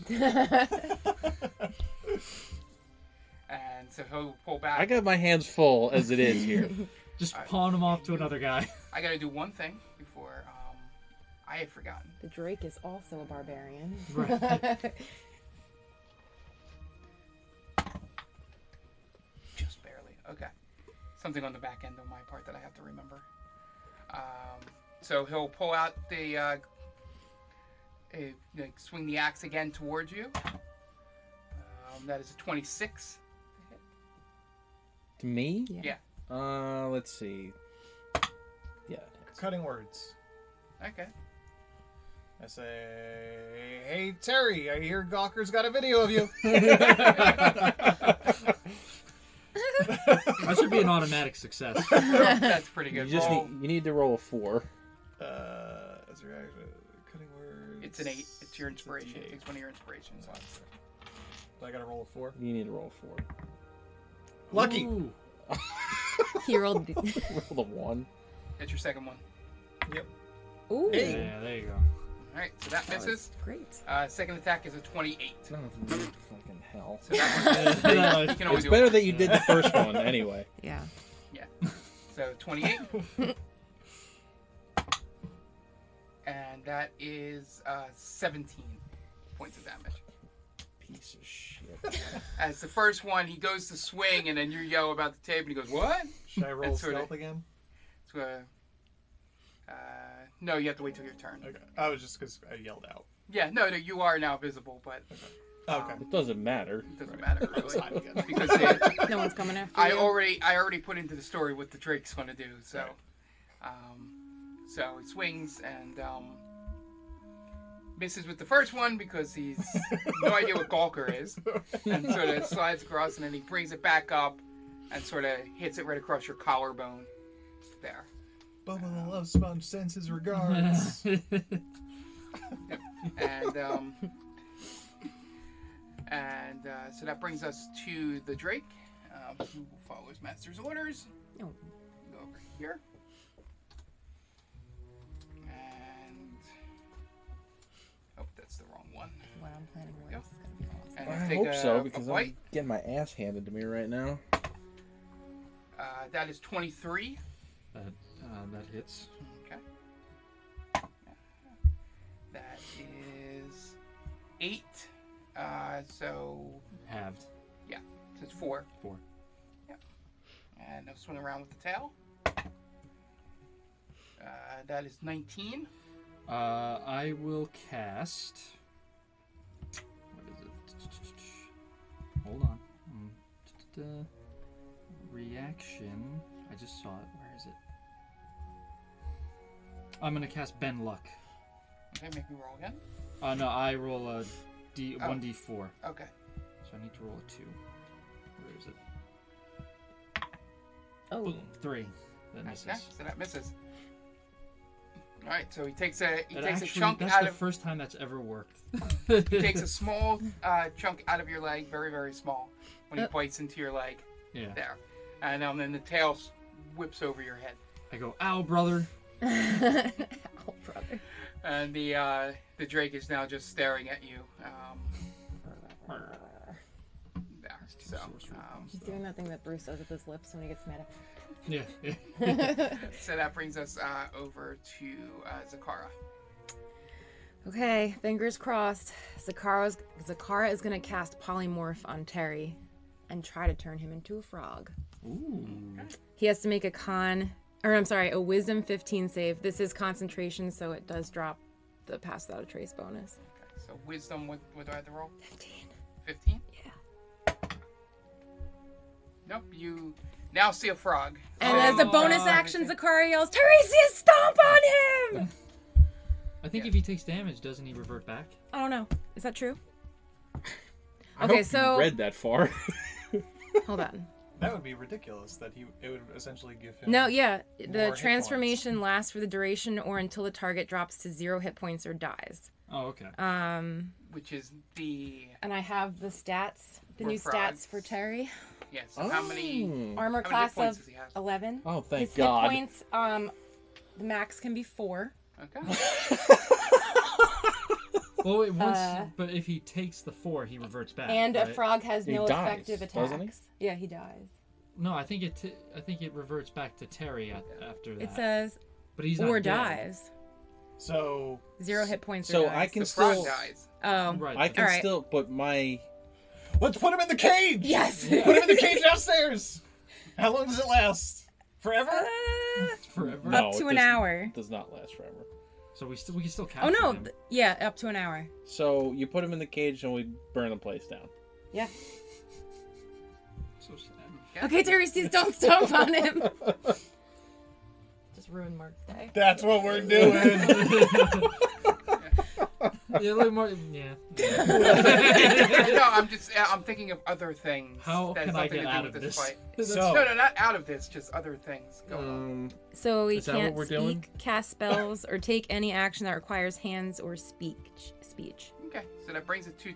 And so he'll pull back.
I got my hands full as it is here.
Just
I-
pawn him off to another guy. [LAUGHS]
I gotta do one thing before um, I have forgotten.
The Drake is also a barbarian.
Right.
Just barely. Okay. Something on the back end on my part that I have to remember. Um, so he'll pull out the, uh, eh, like swing the axe again towards you. Um, that is a 26.
To me?
Yeah.
Yeah.
Uh, let's see. Yeah. it hits.
Cutting words.
Okay. [LAUGHS]
I say, hey Terry, I hear Gawker's got a video of you. [LAUGHS]
That should be an
[LAUGHS]
automatic success.
That's pretty
You
good.
just
roll.
need, you need to roll a four.
uh, as a reaction, cutting words.
It's an 8. It's your inspiration.
D8.
It's one of your inspirations.
I got to roll a four.
You need to roll a four. [LAUGHS]
Lucky.
Ooh.
he rolled.
roll the one.
That's your second one.
[LAUGHS] Ooh,
Hey.
Yeah, there you
[LAUGHS]
go.
Alright, so that misses.
great.
Uh, second attack is a 28.
Oh, fucking hell.
So that
[LAUGHS]
one, you
[LAUGHS]
can only
It's
do
better
it.
that you did the first one anyway.
Yeah.
So 28. and that is uh, 17 points of damage.
Piece of shit.
As the first one, he goes to swing, and then you yell about the table, and he goes, What?
Should I roll
It's sorta-
stealth again?
So, uh, uh, no, you have to wait till your turn.
Okay. I was just because I yelled out.
Yeah, no, no, you are now visible, but
Okay.
It doesn't matter.
it doesn't matter
It's fine
really
again.
because they,
No one's coming after
I
you.
already I already put into the story what the Drake's gonna do. So, um, so he swings and um, misses with the first one because he's no idea what Gawker is, and sort of slides across and then he brings it back up and sort of hits it right across your collarbone. There.
Bubba the Love Sponge sends his
[LAUGHS]
regards.
and um, and uh, so that brings us to the Drake, um, who follows Master's orders.
No.
Go over here, and oh, that's the wrong one.
What I'm planning was is gonna be awesome.
And
I
take
hope
a,
so
a
because I'm
bite.
getting my ass handed to me right now.
Uh, that is twenty-three.
That, uh, that hits.
Okay. That is eight. Uh, so
Halved.
so it's four.
Four.
And I'll swing around with the tail. Uh, that is 19.
Uh, I will cast. What is it? Hold on. Um, da-da-da. Reaction. I just saw it. Where is it? I'm gonna cast Ben Luck.
Okay, make me roll again.
Uh, no, I roll a D
Oh.
one D four,
Okay.
so I need to roll a two. Where is it?
Oh,
Boom, three. That misses.
Okay, so that misses. All right, so he takes a he
That
takes
actually,
a chunk
that's
out
the
of
first time that's ever worked.
he takes
[LAUGHS]
a small uh, chunk out of your leg, very very small, when he
Uh.
bites into your leg
yeah.
there, and um, then the tail s- whips over your head,
I go, ow, brother.
[LAUGHS] oh brother.
and the uh, the drake is now just staring at you. Um, there, so um,
He's doing that thing that Bruce does with his lips when he gets mad at
Yeah.
so that brings us uh, over to uh, Zakara.
Okay, fingers crossed. Zakara's, Zakara is gonna cast polymorph on Terry and try to turn him into a frog.
Ooh.
He has to make a con, or I'm sorry, a wisdom 15 save. This is concentration, so it does drop the pass without a trace bonus.
So wisdom, what, what do I have to roll?
15.
15?
Yeah.
Nope, you now see a frog.
And as a
Oh,
bonus
God.
action, Zakara yells, Teresia, stomp on him!
I think if he takes damage, doesn't he revert back?
I don't know. Is that true?
I
Okay,
hope you
so-
read that far.
Hold on.
that would be ridiculous. That he it would essentially give him.
No, yeah.
More hit
The
points.
transformation lasts for the duration or until the target drops to zero hit points or dies.
Oh, okay.
Um,
Which is the
And I have the stats, the
For
new
frogs.
stats for Terry.
yes. How many?
Mm.
Armor
How many hit
Oh. class
points
of
does he have?
eleven.
Oh, thank
His
God.
Hit points, um, the max can be four.
Okay.
well, wait, once,
uh,
but if he takes the four, he reverts back.
and a
right?
frog has
He
no
dies,
effective
doesn't he?
attacks. Yeah, he dies.
No, I think it. T- I think it reverts back to Terry at, after that.
It says
but he's not
or
dead.
dies.
So
Zero hit points.
So
or
I
dies.
can
the frog
still,
dies. [LAUGHS]
Oh
Right.
I can
Alright.
still, but my
let's put him in the
[LAUGHS]
cage.
yes.
Put
[LAUGHS]
him in the cage downstairs. How long does it last? Forever?
Uh,
forever.
No,
up
it
to an
doesn't-
hour.
does not last forever.
So we still we can still capture
Oh no. [LAUGHS]
him.
th- Yeah, up to an hour.
So you put him in the cage and we burn the place down.
Yeah.
So sad.
Okay, Terry, please [LAUGHS] don't stomp on him. [LAUGHS] Just ruin Mark's day.
That's what we're
[LAUGHS]
doing.
yeah, a little more.
[LAUGHS]
Yeah.
no, I'm just I'm thinking of other things.
How
that has
can I
nothing
get
to do
out
with
of
this
this?
fight.
[LAUGHS]
so
No, no, not out of this. Just other things going on.
Um,
So he
Is that what
can't
we're
speak,
doing?
cast spells, or take any action that requires hands or speech. Speech.
Okay, so that brings it to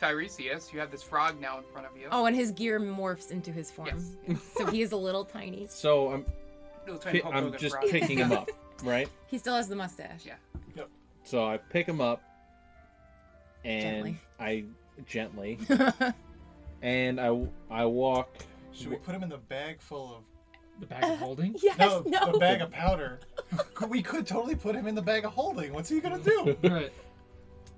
Tiresias. You have this frog now in front of you.
Oh, and his gear morphs into his form.
Yes.
so he is a little [LAUGHS] tiny.
so I'm
Little tiny
pi-
Hulk
I'm
Hogan
just
frog. [LAUGHS]
picking him up, right?
He still has the mustache.
Yeah.
So I pick him up and
Gently.
I gently and I I walk
should we put him in the bag
[LAUGHS]
full of
The bag of holding.
Yes,
no,
no.
the bag of powder? Could- we could totally put him in the bag of holding. What's he gonna do?
Right.
[LAUGHS]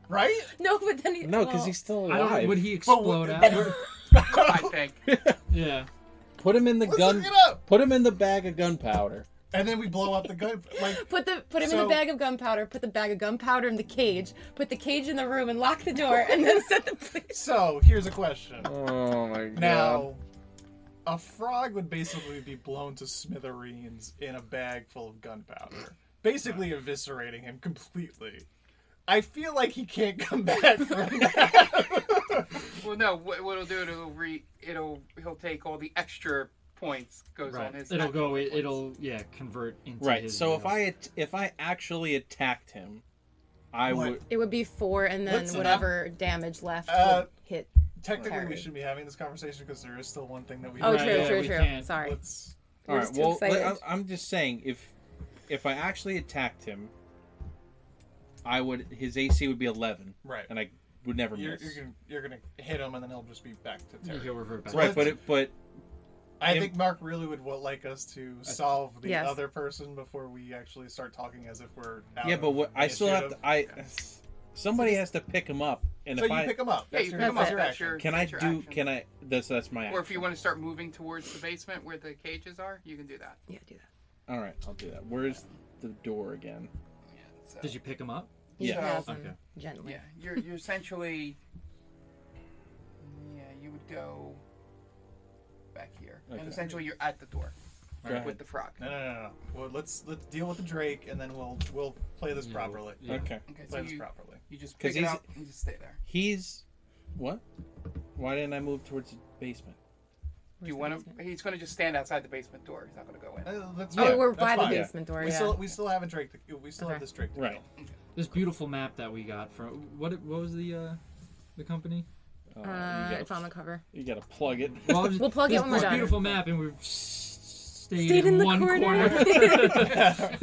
Right?
No, but then he.
No,
well,
because he's still
I don't.
alive.
know, Would he
But
explode
what-
out?
I think.
yeah.
Put him in the
Let's
gun.
look it up.
Put him in the bag of gunpowder.
And then we blow up the gun. Like
Put the put him in
So-
the bag of gunpowder. Put the bag of gunpowder in the cage. Put the cage in the room and lock the door, and then set the place.
so, here's a question.
Oh my god!
Now, a frog would basically be blown to smithereens in a bag full of gunpowder, basically eviscerating him completely. I feel like he can't come [LAUGHS] back from that.
Well, no. What, what it'll do? It'll re. It'll. He'll take all the extra points. Goes on
Right.
his.
It'll
actual
go. It,
points.
it'll yeah convert into
right?
His,
So
you
if
know,
I at- if I actually attacked him, I
What?
would.
It would be four, and then
Listen up.
whatever damage left
Uh,
would hit.
Technically, we
Terry.
should be having this conversation because there is still one thing that we.
Oh,
Right,
true,
yeah,
true,
we
true.
can't-
Sorry.
Let's.
All
You're
right.
just too
Well,
excited.
I, I'm just saying if if I actually attacked him, I would. His AC would be 11,
Right.
and I would never
You're,
miss.
you're gonna you're gonna hit him, and then he'll just be back to Terry.
He'll revert back.
Right, but it, but
I
Im-
think Mark really would wa- like us to solve the
Yes.
other person before we actually start talking as if we're. out
yeah, but
of
what I still have to
initiative.
I somebody has to pick him up, and
So
if
you
I
pick him up.
Yeah,
That's
you
your,
pick him
that's
up.
your
That's
action.
your-
can I
that's
do
your action.
can I that's that's my action.
Or if you want to start moving towards the basement where the cages are, you can do that.
Yeah, do that.
All right, I'll do that. Where's the door again?
Yeah. So,
Did you pick him up?
He
Yeah.
has
Okay.
him gently.
Yeah. You're you're essentially. Yeah, you would go. Back here,
Okay.
and essentially you're at the door
Go
with
ahead.
the frog.
No, no, no, no. Well, let's let's deal with the Drake, and then we'll we'll play this
Yeah,
properly.
yeah.
Okay.
Okay, so
Play this
you,
properly.
you just
'Cause
pick it
he's-
up and just stay there.
He's what? Why didn't I move towards the basement?
Do you want to? He's going to just stand outside the basement door. He's not going to go in. [LAUGHS]
[LAUGHS] Uh, that's
Oh,
fine.
we're
That's
by the
fine.
basement door.
We
yeah.
still we still haven't Drake. The, we still
Okay.
have this Drake. to
Right.
This beautiful map that we got from what? What was the uh, the company?
Oh,
uh,
you,
it's on
gotta,
the cover.
you gotta plug it.
Well, I was-
We'll plug it
this,
when we're
this
done.
Beautiful map, and we've s- stayed,
Stayed in the
one
corner.
[LAUGHS]
um.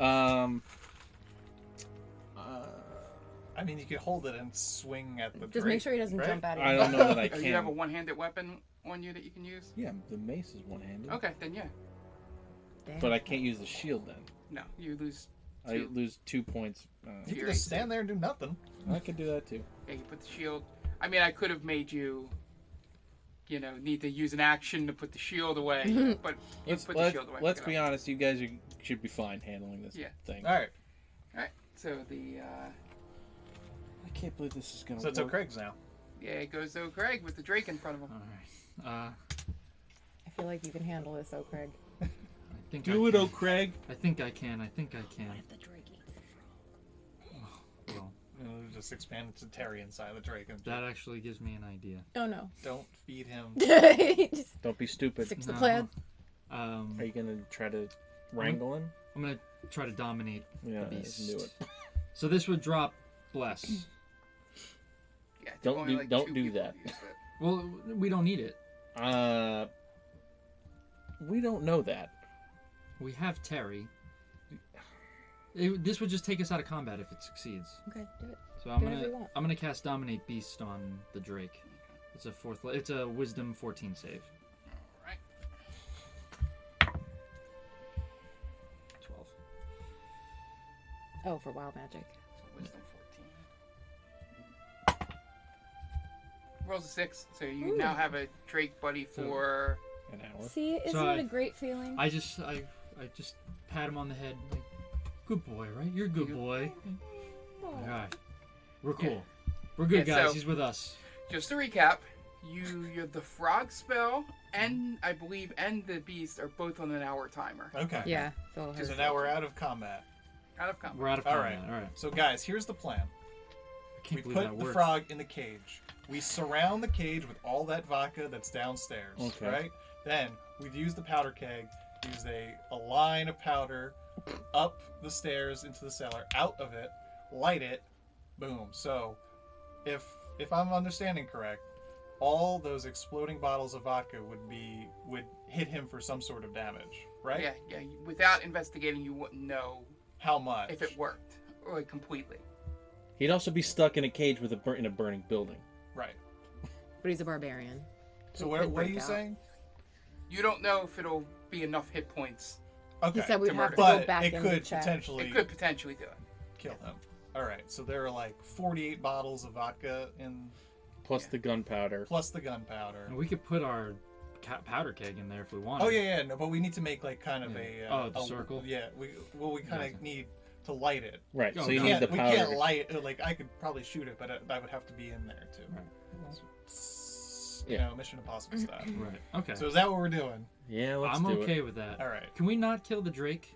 Uh,
fill. I mean, you could hold it and swing at the.
Just
Drake,
make sure he doesn't
right?
jump out of
I don't know that I
Oh, [LAUGHS]
can.
you have a one-handed weapon on you that you can use.
Yeah, the mace is one-handed.
Okay, then yeah.
But I can't use the shield then.
No, you lose.
I
Two.
lose two points. Uh,
You could just stand there and do nothing.
I could do that too.
Yeah, you put the shield. I mean, I could have made you, you know, need to use an action to put the shield
[LAUGHS]
away, uh, but you
Let's
put the
let's,
shield away. and
let's
pick it
be
up.
honest. You guys are, should be fine handling this
Yeah.
thing.
All right.
All right. So the uh,
I can't believe this is gonna.
So it's
work.
O'Craig's now.
yeah it goes to Craig with the Drake in front of him.
[LAUGHS] All right. Uh,
I feel like you can handle this, oh Craig.
I think
Do
I
it,
can.
O'Craig.
I think I can. I think I can. Oh, Well,
And we'll just expand it to Terry inside the Drake, and
that actually gives me an idea.
Oh no.
don't feed him.
[LAUGHS] Just
Don't be stupid.
stick to the
No.
plan.
Um,
Are you gonna try to wrangle him?
I'm gonna try to dominate
Yeah,
the
I
beast.
knew it.
So this would drop bless.
Yeah, it's
Don't
only,
do- don't
two
do
people
that.
who use it.
Well, we don't need it.
Uh, we don't know that.
We have Terry. It, this would just take us out of combat if it succeeds.
Okay, do it.
So I'm
Do whatever
gonna
you want.
I'm gonna cast dominate beast on the Drake. It's a fourth. le- It's a wisdom 14 save.
All right.
Oh, for wild magic.
So wisdom 14. Rolls a six, so you now have a Drake buddy
So-
for.
An hour.
See, isn't
So
it
I-
a great feeling?
I just I I just pat him on the head. Like, good boy, right? You're a good boy. All
Oh.
right, we're cool. We're good
Yeah,
guys.
so-
He's with us.
Just to recap, you you the frog spell and I believe and the beast are both on an hour timer.
Okay.
yeah, it's all
So
her.
now we're out of combat.
Out of combat.
We're out of
All
combat.
right.
All right.
So guys, here's the plan.
I can't
we
believe that
put the
worked.
frog in the cage. We surround the cage with all that vodka that's downstairs,
Okay.
right? Then we've used the powder keg, used a, a line of powder up the stairs into the cellar, out of it, light it, boom. So if if I'm understanding correct, all those exploding bottles of vodka would be would hit him for some sort of damage, right?
Yeah, yeah. you- Without investigating, you wouldn't know
How much?
if it worked or like, completely.
He'd also be stuck in a cage with a bur- in a burning building.
right.
But he's a barbarian.
So
It
what,
could
what are
break
you
out.
saying?
You don't know if it'll be enough hit points.
Okay.
He said we'd
to
have
murder.
to go
but
back
it
and
could
check.
potentially
It could potentially do it.
kill him. All right, so there are like 48 bottles of vodka and
Plus the gunpowder.
plus the gunpowder.
And we could put our ca- powder keg in there if we wanted.
Oh yeah, yeah, no, but we need to make like kind of
Yeah.
a uh,
Oh, the
a-
circle?
Yeah, we well we kind
Gotcha.
of need to light it.
Right.
Oh,
so you
no.
We
need the
can't, we can't
powder.
light it. Like I could probably shoot it, but uh, that would have to be in there too.
Right.
S- You
Yeah.
know, Mission Impossible style.
Right. Okay.
So is that what we're doing?
yeah, let's
I'm
do
okay
it.
with that.
All right.
Can we not kill the Drake?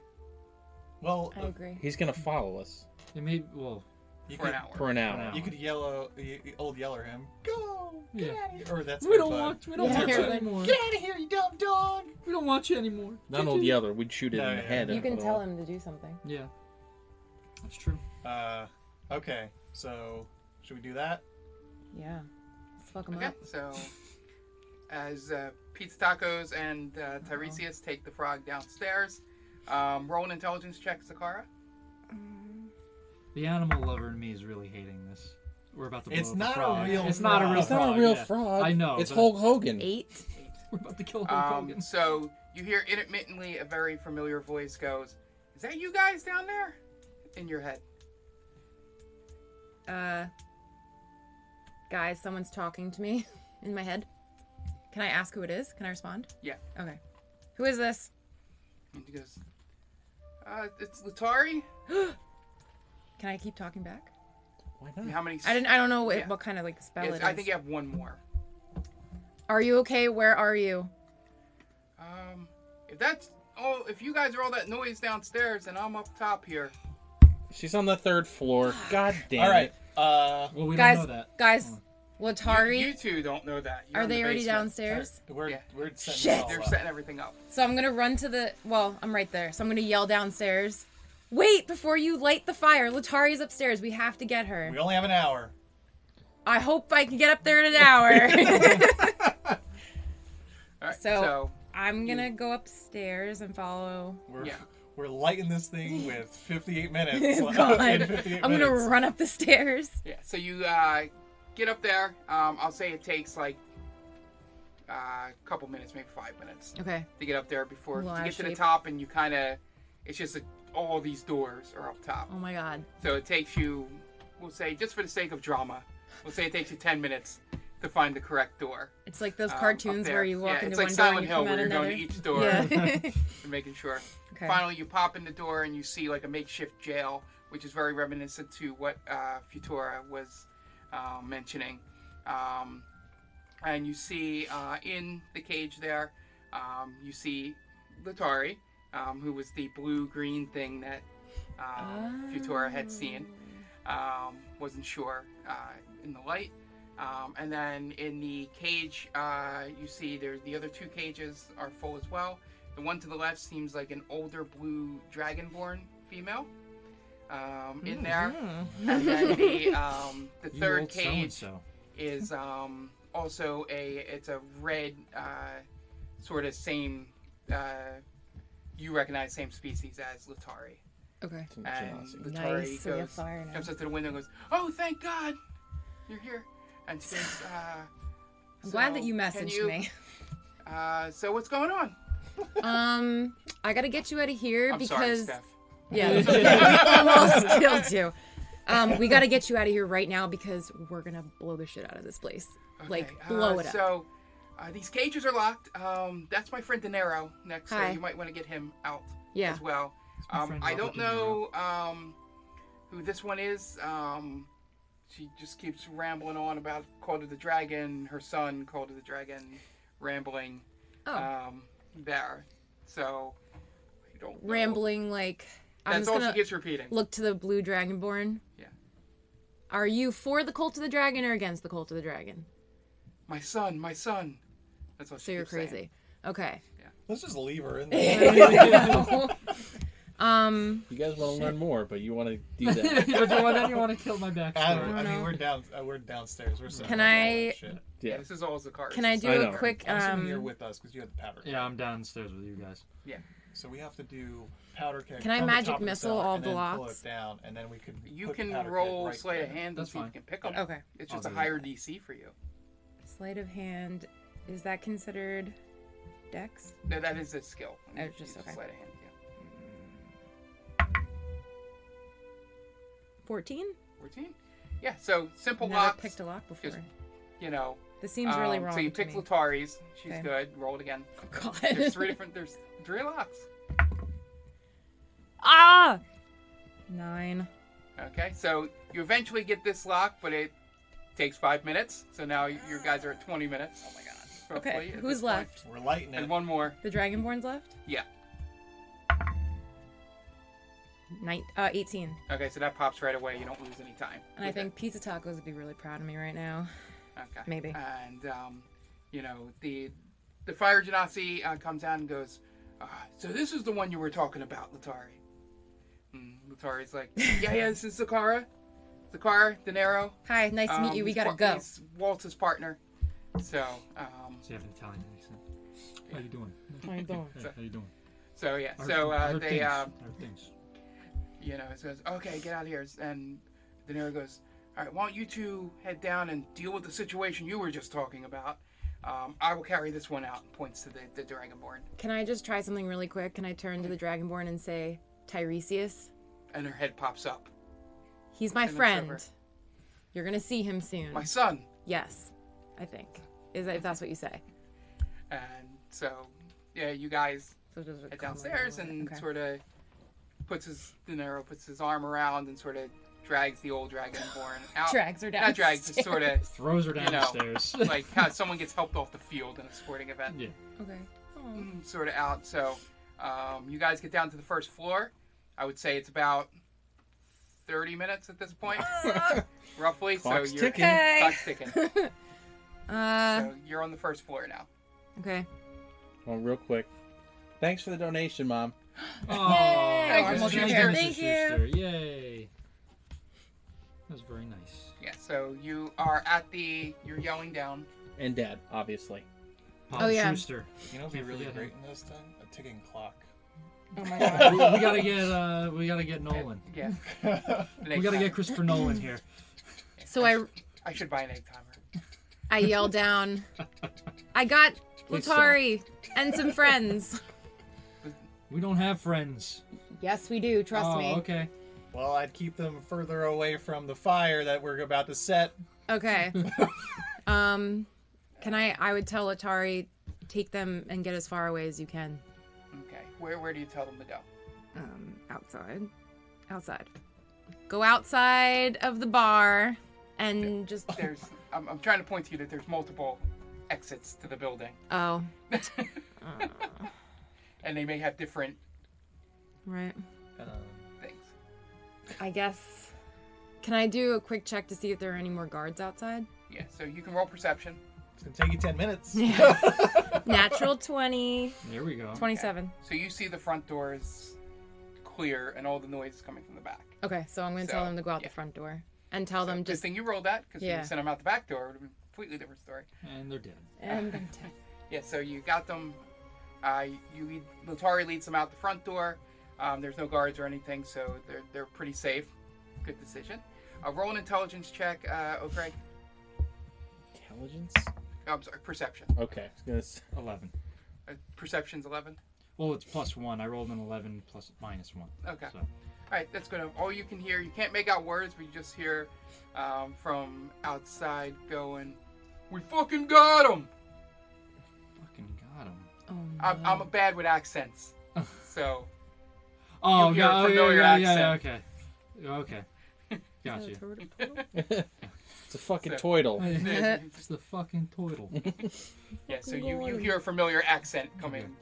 Well,
I
uh,
agree.
He's gonna follow us
It may well.
you
for
could
an hour.
for an hour.
hour.
you could yellow y- y- old yeller him. Go. Get
Yeah.
out of here. Or that's
We don't
Bud.
want. We don't
Yeah.
want you
Here, bud.
anymore.
Get out of here, you dumb dog.
We don't want you anymore.
Not
Get
old
you-
Yeller. We'd shoot it
No,
in the
yeah.
head.
You
and
can
put
tell
all-
him to do something.
Yeah. That's true.
Uh, okay. So should we do that?
Yeah. Let's fuck him
Okay,
up.
so as uh, Pete's Tacos and uh,
Uh-huh.
Tiresias take the frog downstairs, um, roll an intelligence check, Sakara.
The animal lover in me is really hating this. We're about to blow
It's
up
not a
a frog.
real
It's not a
frog.
real
It's
frog.
not a real
yeah.
frog.
I know.
It's
but
Hulk Hogan.
Eight.
We're about to
Oh,
kill Hulk
Um,
Hogan.
so you hear intermittently a very familiar voice goes, "Is that you guys down there?" In your head.
Uh, guys, someone's talking to me [LAUGHS] in my head. Can I ask who it is? Can I respond?
Yeah.
Okay. Who is this?
And he goes, uh, "It's Latari."
Can I keep talking back?
Why
And
Mm.
not?
How many?
I didn't. I don't know what,
Yeah.
what kind of like spell it
Yes,
is.
I think you have one more.
Are you okay? Where are you?
Um, if that's all, if you guys are all that noise downstairs, and I'm up top here.
She's on the third floor. God damn
All right.
it.
Uh,
well, we
guys,
don't know that.
guys,
You-
Latari,
You, two don't know that. You're
are
in the
they already
basement.
downstairs?
we're
Yeah.
we're setting
Shit.
it all
They're
up.
setting everything up.
So I'm gonna run to the. Well, I'm right there. So I'm gonna yell downstairs. Wait before you light the fire. Latari's upstairs. We have to get her.
We only have an hour.
I hope I can get up there in an
[LAUGHS]
hour.
All right,
So-
so
I'm gonna go upstairs and follow.
We're
Yeah.
we're lighting
[LAUGHS]
this thing with 58 minutes.
God,
In
I'm
58
gonna
minutes.
run up the stairs.
Yeah, so you uh, get up there. Um, I'll say it takes like uh, a couple minutes, maybe five minutes,
Okay.
to get up there before
Well,
you get to the
actually-
top, and you kind of it's just a, all these doors are up top.
Oh my god.
So it takes you, we'll say, just for the sake of drama, we'll say it takes you ten minutes to find the correct door.
It's like those
um, up
cartoons
there.
where you walk
yeah,
into
it's like
one
Silent
door
Hill
and you
where you're
come out
going to
another.
each door [LAUGHS]
Yeah. [LAUGHS]
and making sure.
okay.
Finally, you pop in the door and you see like a makeshift jail, which is very reminiscent to what uh, Futura was uh, mentioning. Um, and you see uh, in the cage there, um, you see Latari, um, who was the blue green thing that um, Futura had seen. Um, wasn't sure uh, in the light. Um, and then in the cage, uh, you see there the other two cages are full as well. The one to the left seems like an older blue dragonborn female um, in
Mm.
there.
Hmm.
And then the, um, the
You
third
old
cage
so-and-so.
is um, also a it's a red uh, sort of same uh, you recognize same species as Latari.
[LAUGHS] Okay.
It's an
And
genasi.
Latari
Nice, we have
goes
fire now.
jumps up to the window and goes, "Oh, thank God, you're here!" And she goes,
[SIGHS]
uh,
I'm glad
so
that you
can
messaged
you-
me.
Uh, so what's going on?
Um, I gotta get you out of here
I'm sorry,
because
Steph.
[LAUGHS]
[LAUGHS]
Yeah, almost killed you. Um, we got to get you out of here right now because we're gonna blow the shit out of this place. Like
Okay,
blow
uh,
it up.
So uh, these cages are locked. Um, that's my friend De Niro next, so
Hi.
you might want to get him out
yeah,
as well.
my
Um,
friend
I
Robert
don't
De
know
Niro. [LAUGHS]
um, who this one is. Um, she just keeps rambling on about Call to the Dragon, her son Call to the Dragon, rambling
Oh.
um, there. So I don't know.
rambling like I'm
That's
just
all
gonna
she keeps repeating.
look to the blue dragonborn.
Yeah.
Are you for the cult of the dragon or against the cult of the dragon?
My son, my son. That's all she
So you're
keeps saying.
crazy. Okay.
[LAUGHS]
Let's just
[LAUGHS]
leave her in there.
um.
You guys want to learn more, but you want to
[LAUGHS]
do that.
you want you want to kill my
I,
backstory.
don't, I
know.
mean, we're down. uh, We're downstairs. We're sorry.
Can
Don't worry,
I-
Shit.
Yeah,
yeah.
this is all Zakari's.
Can I do
I
a
know.
quick?
I'm assuming you're
Um,
with us because you had the powder.
Yeah, I'm downstairs with you guys.
So we have to do powder keg.
Can I
from the
magic
top of the
missile
cellar
all
and
the
then pull
locks?
it down, and then we could.
You
put the
can
powder keg
roll
right
slay a
there.
hand and
That's
see if you
fine.
can pick them.
okay.
It's just a
I'll do
higher DC for you.
Sleight of hand. Is that considered dex?
No, that is a skill.
Oh,
You use
just okay.
sleight of hand, yeah.
14?
14? Yeah, so simple
Never
locks,
picked a lock before.
just- you know.
this seems really
um,
wrong.
So you
to
pick
me.
Latari's. She's
Okay.
good. Roll it
[LAUGHS]
again.
Oh, God.
There's three different, there's three locks.
[LAUGHS] ah! Nine.
Okay, so you eventually get this lock, but it takes five minutes. So now you you guys are at 20 minutes. Oh my god.
Okay, who's left?
We're lighting it.
And one more.
The Dragonborn's left?
Yeah.
Nine, uh, 18.
Okay, so that pops right away. You don't lose any time.
And I
with it.
think Pizza Tacos would be really proud of me right now.
Okay.
Maybe.
And um, you know the the fire genasi uh, comes out and goes. Uh, so this is the one you were talking about, Latari. And Latari's
[LAUGHS]
like, yeah, yeah, this is Zakara, Zakara De Niro.
Hi, nice to meet
Um,
you. We
he's
gotta
Wa-
go.
He's Walt's partner. So, um,
So you have an Italian accent. How you doing?
How you doing?
Hey, how you doing?
so yeah.
I heard-
So
I
uh,
heard
they,
things.
uh,
I heard things.
you know, it says, okay, get out of here. And De Niro goes, all right, why don't you two head down and deal with the situation you were just talking about? Um, I will carry this one out. Points to the, the Dragonborn.
Can I just try something really quick? Can I turn to the Dragonborn and say, Tiresias?
and her head pops up.
He's my
Turn it
friend.
over.
You're gonna see him soon.
My son.
Yes, I think. Is that, if that's what you say.
And so, yeah, you guys
So just
head downstairs and sort of puts his De Niro puts his arm around and sort of drags the old dragonborn out.
Drags her
Not drags, just sort of
Throws her
You know, [LAUGHS]
downstairs.
like how someone gets helped off the field in a sporting event.
yeah.
Okay. Oh.
Sort of out. So, um, you guys get down to the first floor. I would say it's about. 30 minutes at this
[LAUGHS]
point, roughly.
Clock's
so you're
ticking.
Okay.
clock's
[LAUGHS]
ticking. Mm.
Uh, oh
So you're on the first floor now.
okay.
Well, real quick. Thanks for the donation, Mom.
Yay!
Thank you,
Mrs.
Schuster.
Thank
Schuster. Yay! That was very nice.
Yeah, so you are at the. You're yelling down.
And Dad, obviously.
Paul
Oh, yeah.
Schuster.
You know, what'd be
Can't
really
forget
great in this thing. A ticking clock.
Oh my
we,
god.
we gotta get uh, we gotta get Nolan.
Yeah. An
[LAUGHS] We
egg
gotta
timer.
get Christopher Nolan here.
So I
I should buy an egg timer.
I yell down. I got
Please stop.
Latari and some friends.
We don't have friends.
Yes, we do. Trust
oh,
me.
okay.
Well, I'd keep them further away from the fire that we're about to set.
Okay. um, can I? I would tell Latari, take them and get as far away as you can.
Okay. Where where do you tell them to go?
Um, outside. Outside. Go outside of the bar and just.
There's. I'm, I'm trying to point to you that there's multiple exits to the building,
Oh, Uh,
and they may have different
right.
Uh,
Um,
things.
I guess. Can I do a quick check to see if there are any more guards outside? [LAUGHS]
Yeah. So you can roll perception.
It's gonna take you ten minutes.
Natural 20.
there we go.
27.
So you see the front door is clear, and all the noise is coming from the back.
Okay, so I'm going to tell
So,
them to go out
yeah.
the front door and tell them
Good
just.
thing you rolled that because if
Yeah.
you sent them out the back door, it would have been a completely different story.
And they're dead.
[LAUGHS]
And then tell-
Yeah, so you got them. Uh, you lead, Latari leads them out the front door. Um, there's no guards or anything, so they're they're pretty safe. Good decision. Uh, roll an intelligence check, uh, oh Craig.
Intelligence?
Oh, I'm sorry, perception.
Okay. I was gonna s-
Eleven.
Uh, perception's eleven.
Well, it's plus one. I rolled an eleven plus minus one.
Okay.
So
All right, that's good. All you can hear, you can't make out words, but you just hear um, from outside going, "We fucking got him."
fucking got him.
Oh,
I'm,
no.
I'm bad with
[LAUGHS]
accents, so
Oh,
hear
yeah,
a
oh, yeah,
familiar
yeah, yeah, yeah,
accent.
Okay. Okay. [LAUGHS]
[LAUGHS]
Got you.
It's a fucking
So-
[LAUGHS] toidle.
It's the fucking toidle.
yeah. So you, you hear a familiar accent coming.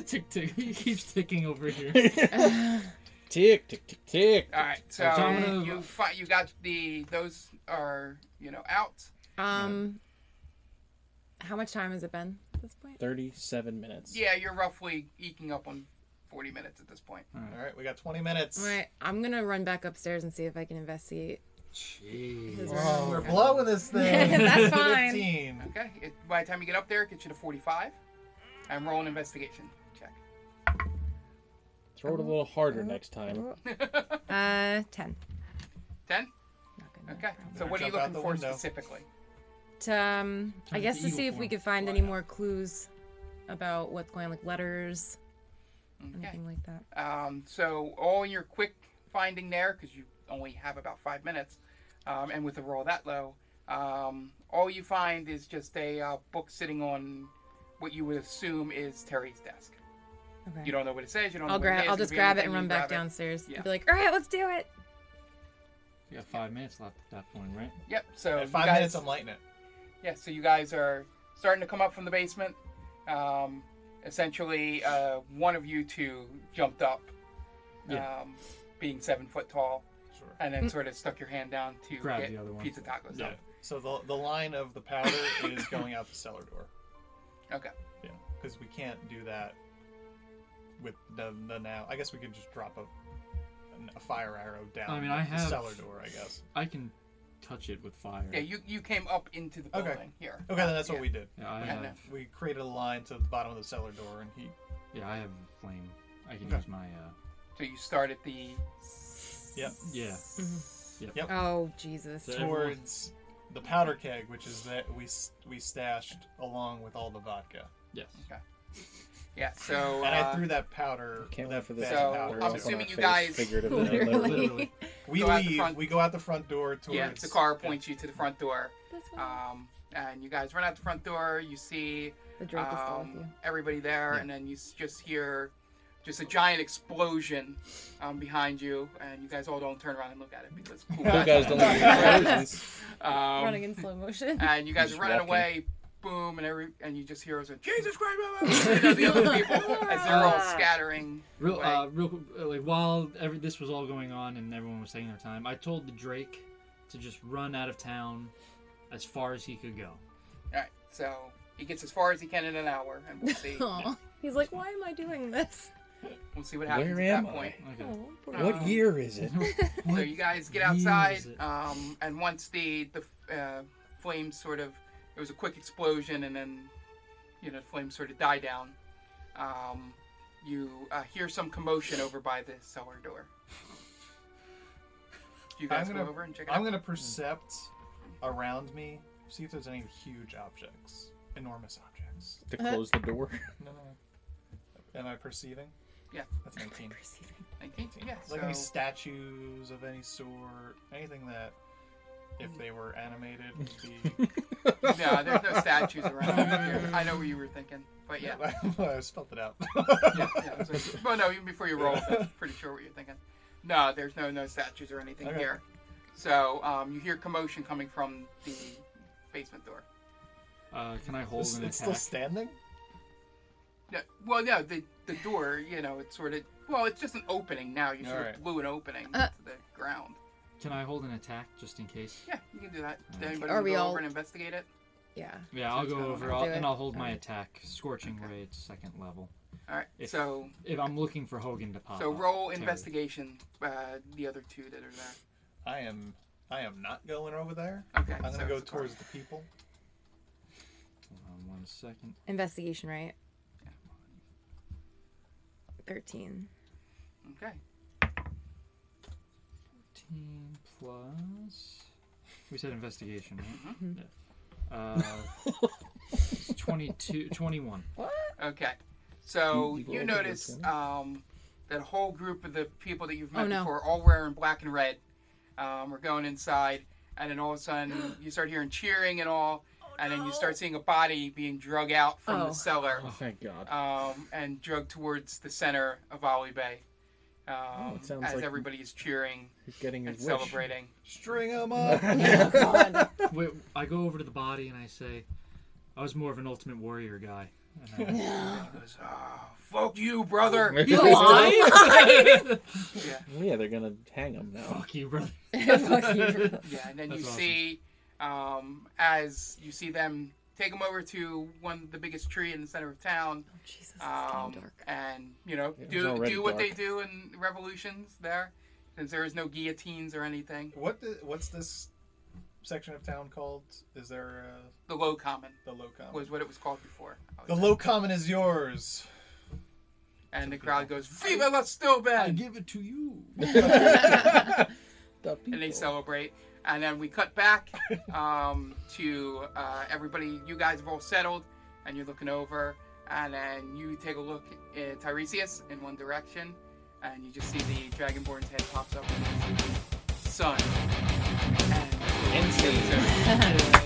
[LAUGHS] tick tick. He keeps ticking over here.
[LAUGHS]
Tick, tick, tick, tick.
All right, so
So I'm gonna-
you fi- you got the those are you know out.
[LAUGHS] Um, how much time has it been at this point?
37 minutes.
Yeah, you're roughly eking up on forty minutes at this point.
[LAUGHS] All right, we got 20 minutes.
All right, I'm gonna run back upstairs and see if I
[LAUGHS]
can investigate.
Jeez.
His
Whoa,
room.
we're
[LAUGHS]
blowing this thing. [LAUGHS]
That's fine.
15.
Okay, it, by the time you get up there, it gets you to forty-five. I'm rolling investigation check.
Throw it a little harder next time.
Uh, ten.
Ten.
Not good enough.
Okay. So what are you
Jump out
looking
the
for
window.
specifically?
To, um, I
Turn
guess
to
to
evil
see if we
form.
could find any more clues about what's going, on, like letters,
Okay.
anything like that.
Um, so all your quick finding there, because you only have about five minutes, um, and with a roll that low, um, all you find is just a uh, book sitting on what you would assume is Terry's desk.
Okay.
You don't know what it says. You don't.
I'll
know what it
grab.
is,
I'll
it
just
could be
grab it
anything,
and
you
run back
grab it.
downstairs.
Yeah.
and Be like, all right, let's do it.
You got five minutes left at that point, right?
Yep. So
At
you
five
guys-
minutes, I'm lighting it.
Yeah, so you guys are starting to come up from the basement. Um, essentially, uh, one of you two jumped up,
Yeah.
um, being seven foot tall,
Sure.
and
Mm.
then sort of stuck your hand down to
Grab
get
the other one.
pizza tacos.
Yeah. So the, the line of the powder is going out the cellar door.
Okay.
Yeah. Because we can't do that with the, the now. I guess we could just drop a, an- a fire arrow down
I mean, I
the
have-
cellar door, I guess.
I can touch it with fire.
Yeah, you, you came up into the
Okay.
building here.
Okay, then that's
Yeah.
what we did.
Yeah, I
I know.
have.
We created a line to the bottom of the cellar door, and he.
Yeah, I have flame. I can
Okay.
use my. uh
So you start at the.
Yep.
Yeah.
Uh,
Oh Jesus.
So-
Towards the powder keg, which is that we s- we stashed along with all the vodka,
Yes.
Yeah, so.
and I
uh,
threw that powder.
Can't
that
wait for this
bag
So,
of
to
powder
I'm
up on
assuming
our-
you guys- [LAUGHS]
Figuratively. and
[LAUGHS] Literally.
literally.
We
Go out the
leave.
front-
We go out the front door towards.
Yeah, the car points you to the front door.
This way.
Um, and you guys run out the front door. You see
the Drake is still with
um,
you.
everybody there, and then you s- just hear just a giant explosion um, behind you, and you guys all don't turn around and look at it because cool
You guys don't
[LAUGHS]
need explosions.
Um,
Running in slow motion.
and you guys are
Just
running
walking.
away, boom, and every and you just hear us a Jesus Christ, blah, blah, blah," you
[LAUGHS]
know, the other people as they're all
Ah.
scattering.
Real,
away.
uh, real, qu- uh, like while every, this was all going on and everyone was taking their time, I told the Drake to just run out of town as far as he could go.
all right, so he gets as far as he can in an hour, and we'll
[LAUGHS]
see
[LAUGHS] Aw. He's like, why am I doing this?
we'll see what happens
Where
at
am
that
I?
point.
Okay.
Oh, poor
What
Um,
year
[LAUGHS]
is it?
[LAUGHS] So you guys get
year is
outside,
it?
um, and once the the uh, flames sort of, it was a quick explosion, and then, you know, the flames sort of die down. Um, you uh, hear some commotion over by the cellar door. Do you guys
I'm gonna,
go over and check it
I'm
out?
gonna percept around me, see if there's any huge objects, enormous objects.
to [LAUGHS] close the
[LAUGHS]
door.
No, no. no. Am I perceiving?
Yeah.
That's 19.
Nineteen? Yeah.
Like any
So,
statues of any sort, anything that, if they were animated, would be.
no, there's
[LAUGHS]
no statues around. here. I know what you were thinking, but [LAUGHS] yeah.
I spelled it out.
yeah, yeah, so-
[LAUGHS]
well, no, even before you roll, I'm pretty sure what you're thinking. No, there's no no statues or anything
Okay.
here. So um, you hear commotion coming from the basement door.
Uh, can I hold
[LAUGHS] It's,
an
it's still
attack?
standing?
No, well, no, the the door, you know, it's sort of well, it's just an opening now. You sort
Alright.
of blew an opening
Uh.
to the ground.
can I hold an attack just in case?
Yeah, you can do that.
Mm-hmm.
Did anybody
Are
wanna
we
go
all-
over and investigate it?
Yeah.
Yeah, I'll
Sounds
go
good.
over
I'll
I'll,
do
and
it.
I'll hold my
Alright.
attack, scorching raid, second level.
All right.
If-
so
If I'm looking for Hogan to pop
so
Uh-huh.
up,
roll
Terry.
investigation. Uh, the other two that are
I am. I am not going over there.
there. Okay.
I'm gonna
so
go
it's a car.
towards the people.
Hold on one second.
Investigation, right? Thirteen.
Okay.
15 plus. We said investigation, right? Yeah. Uh, 22, 21.
Okay. So
You- you
you
rolled a
notice um, that whole group of the people that you've met
Oh, no.
before, all wearing black and red, um, are going inside, and then all of a sudden
[GASPS]
you start hearing cheering and all, and then you start seeing a body being drug out from
Oh.
the cellar
Oh, thank God.
um, and drug towards the center of Ali Bay. Um,
Oh, it sounds
as
like-
everybody is cheering
He's getting
and
his wish.
celebrating. [GASPS]
String them up.
Wait, I go over to the body and I say, I was more of an ultimate warrior guy. And I-
He goes, oh, fuck you,
[LAUGHS]
brother. yeah.
yeah, they're gonna hang him
[LAUGHS]
now.
[LAUGHS]
Fuck you, brother.
Yeah, and then you
That's awesome.
see um, as you see them take them over to one the biggest tree in the center of town,
Oh, Jesus, it's
um,
getting dark.
and you know
It was
do
already
do what they
dark.
do in revolutions there, since there is no guillotines or anything.
[LAUGHS] What the, what's this section of town called? Is there uh,
The low common
the low common?
was what it was called before,
the low common is yours.
and the crowd goes "Viva la Steuben!"
give it to
[LAUGHS]
you. [LAUGHS]
The
and they
people.
celebrate. And then we cut back um, to uh, everybody. You guys have all settled, and you're looking over, and then you take a look at Tiresias in one direction, and you just see the dragonborn's head pops up, and you see the sun. And
End scene.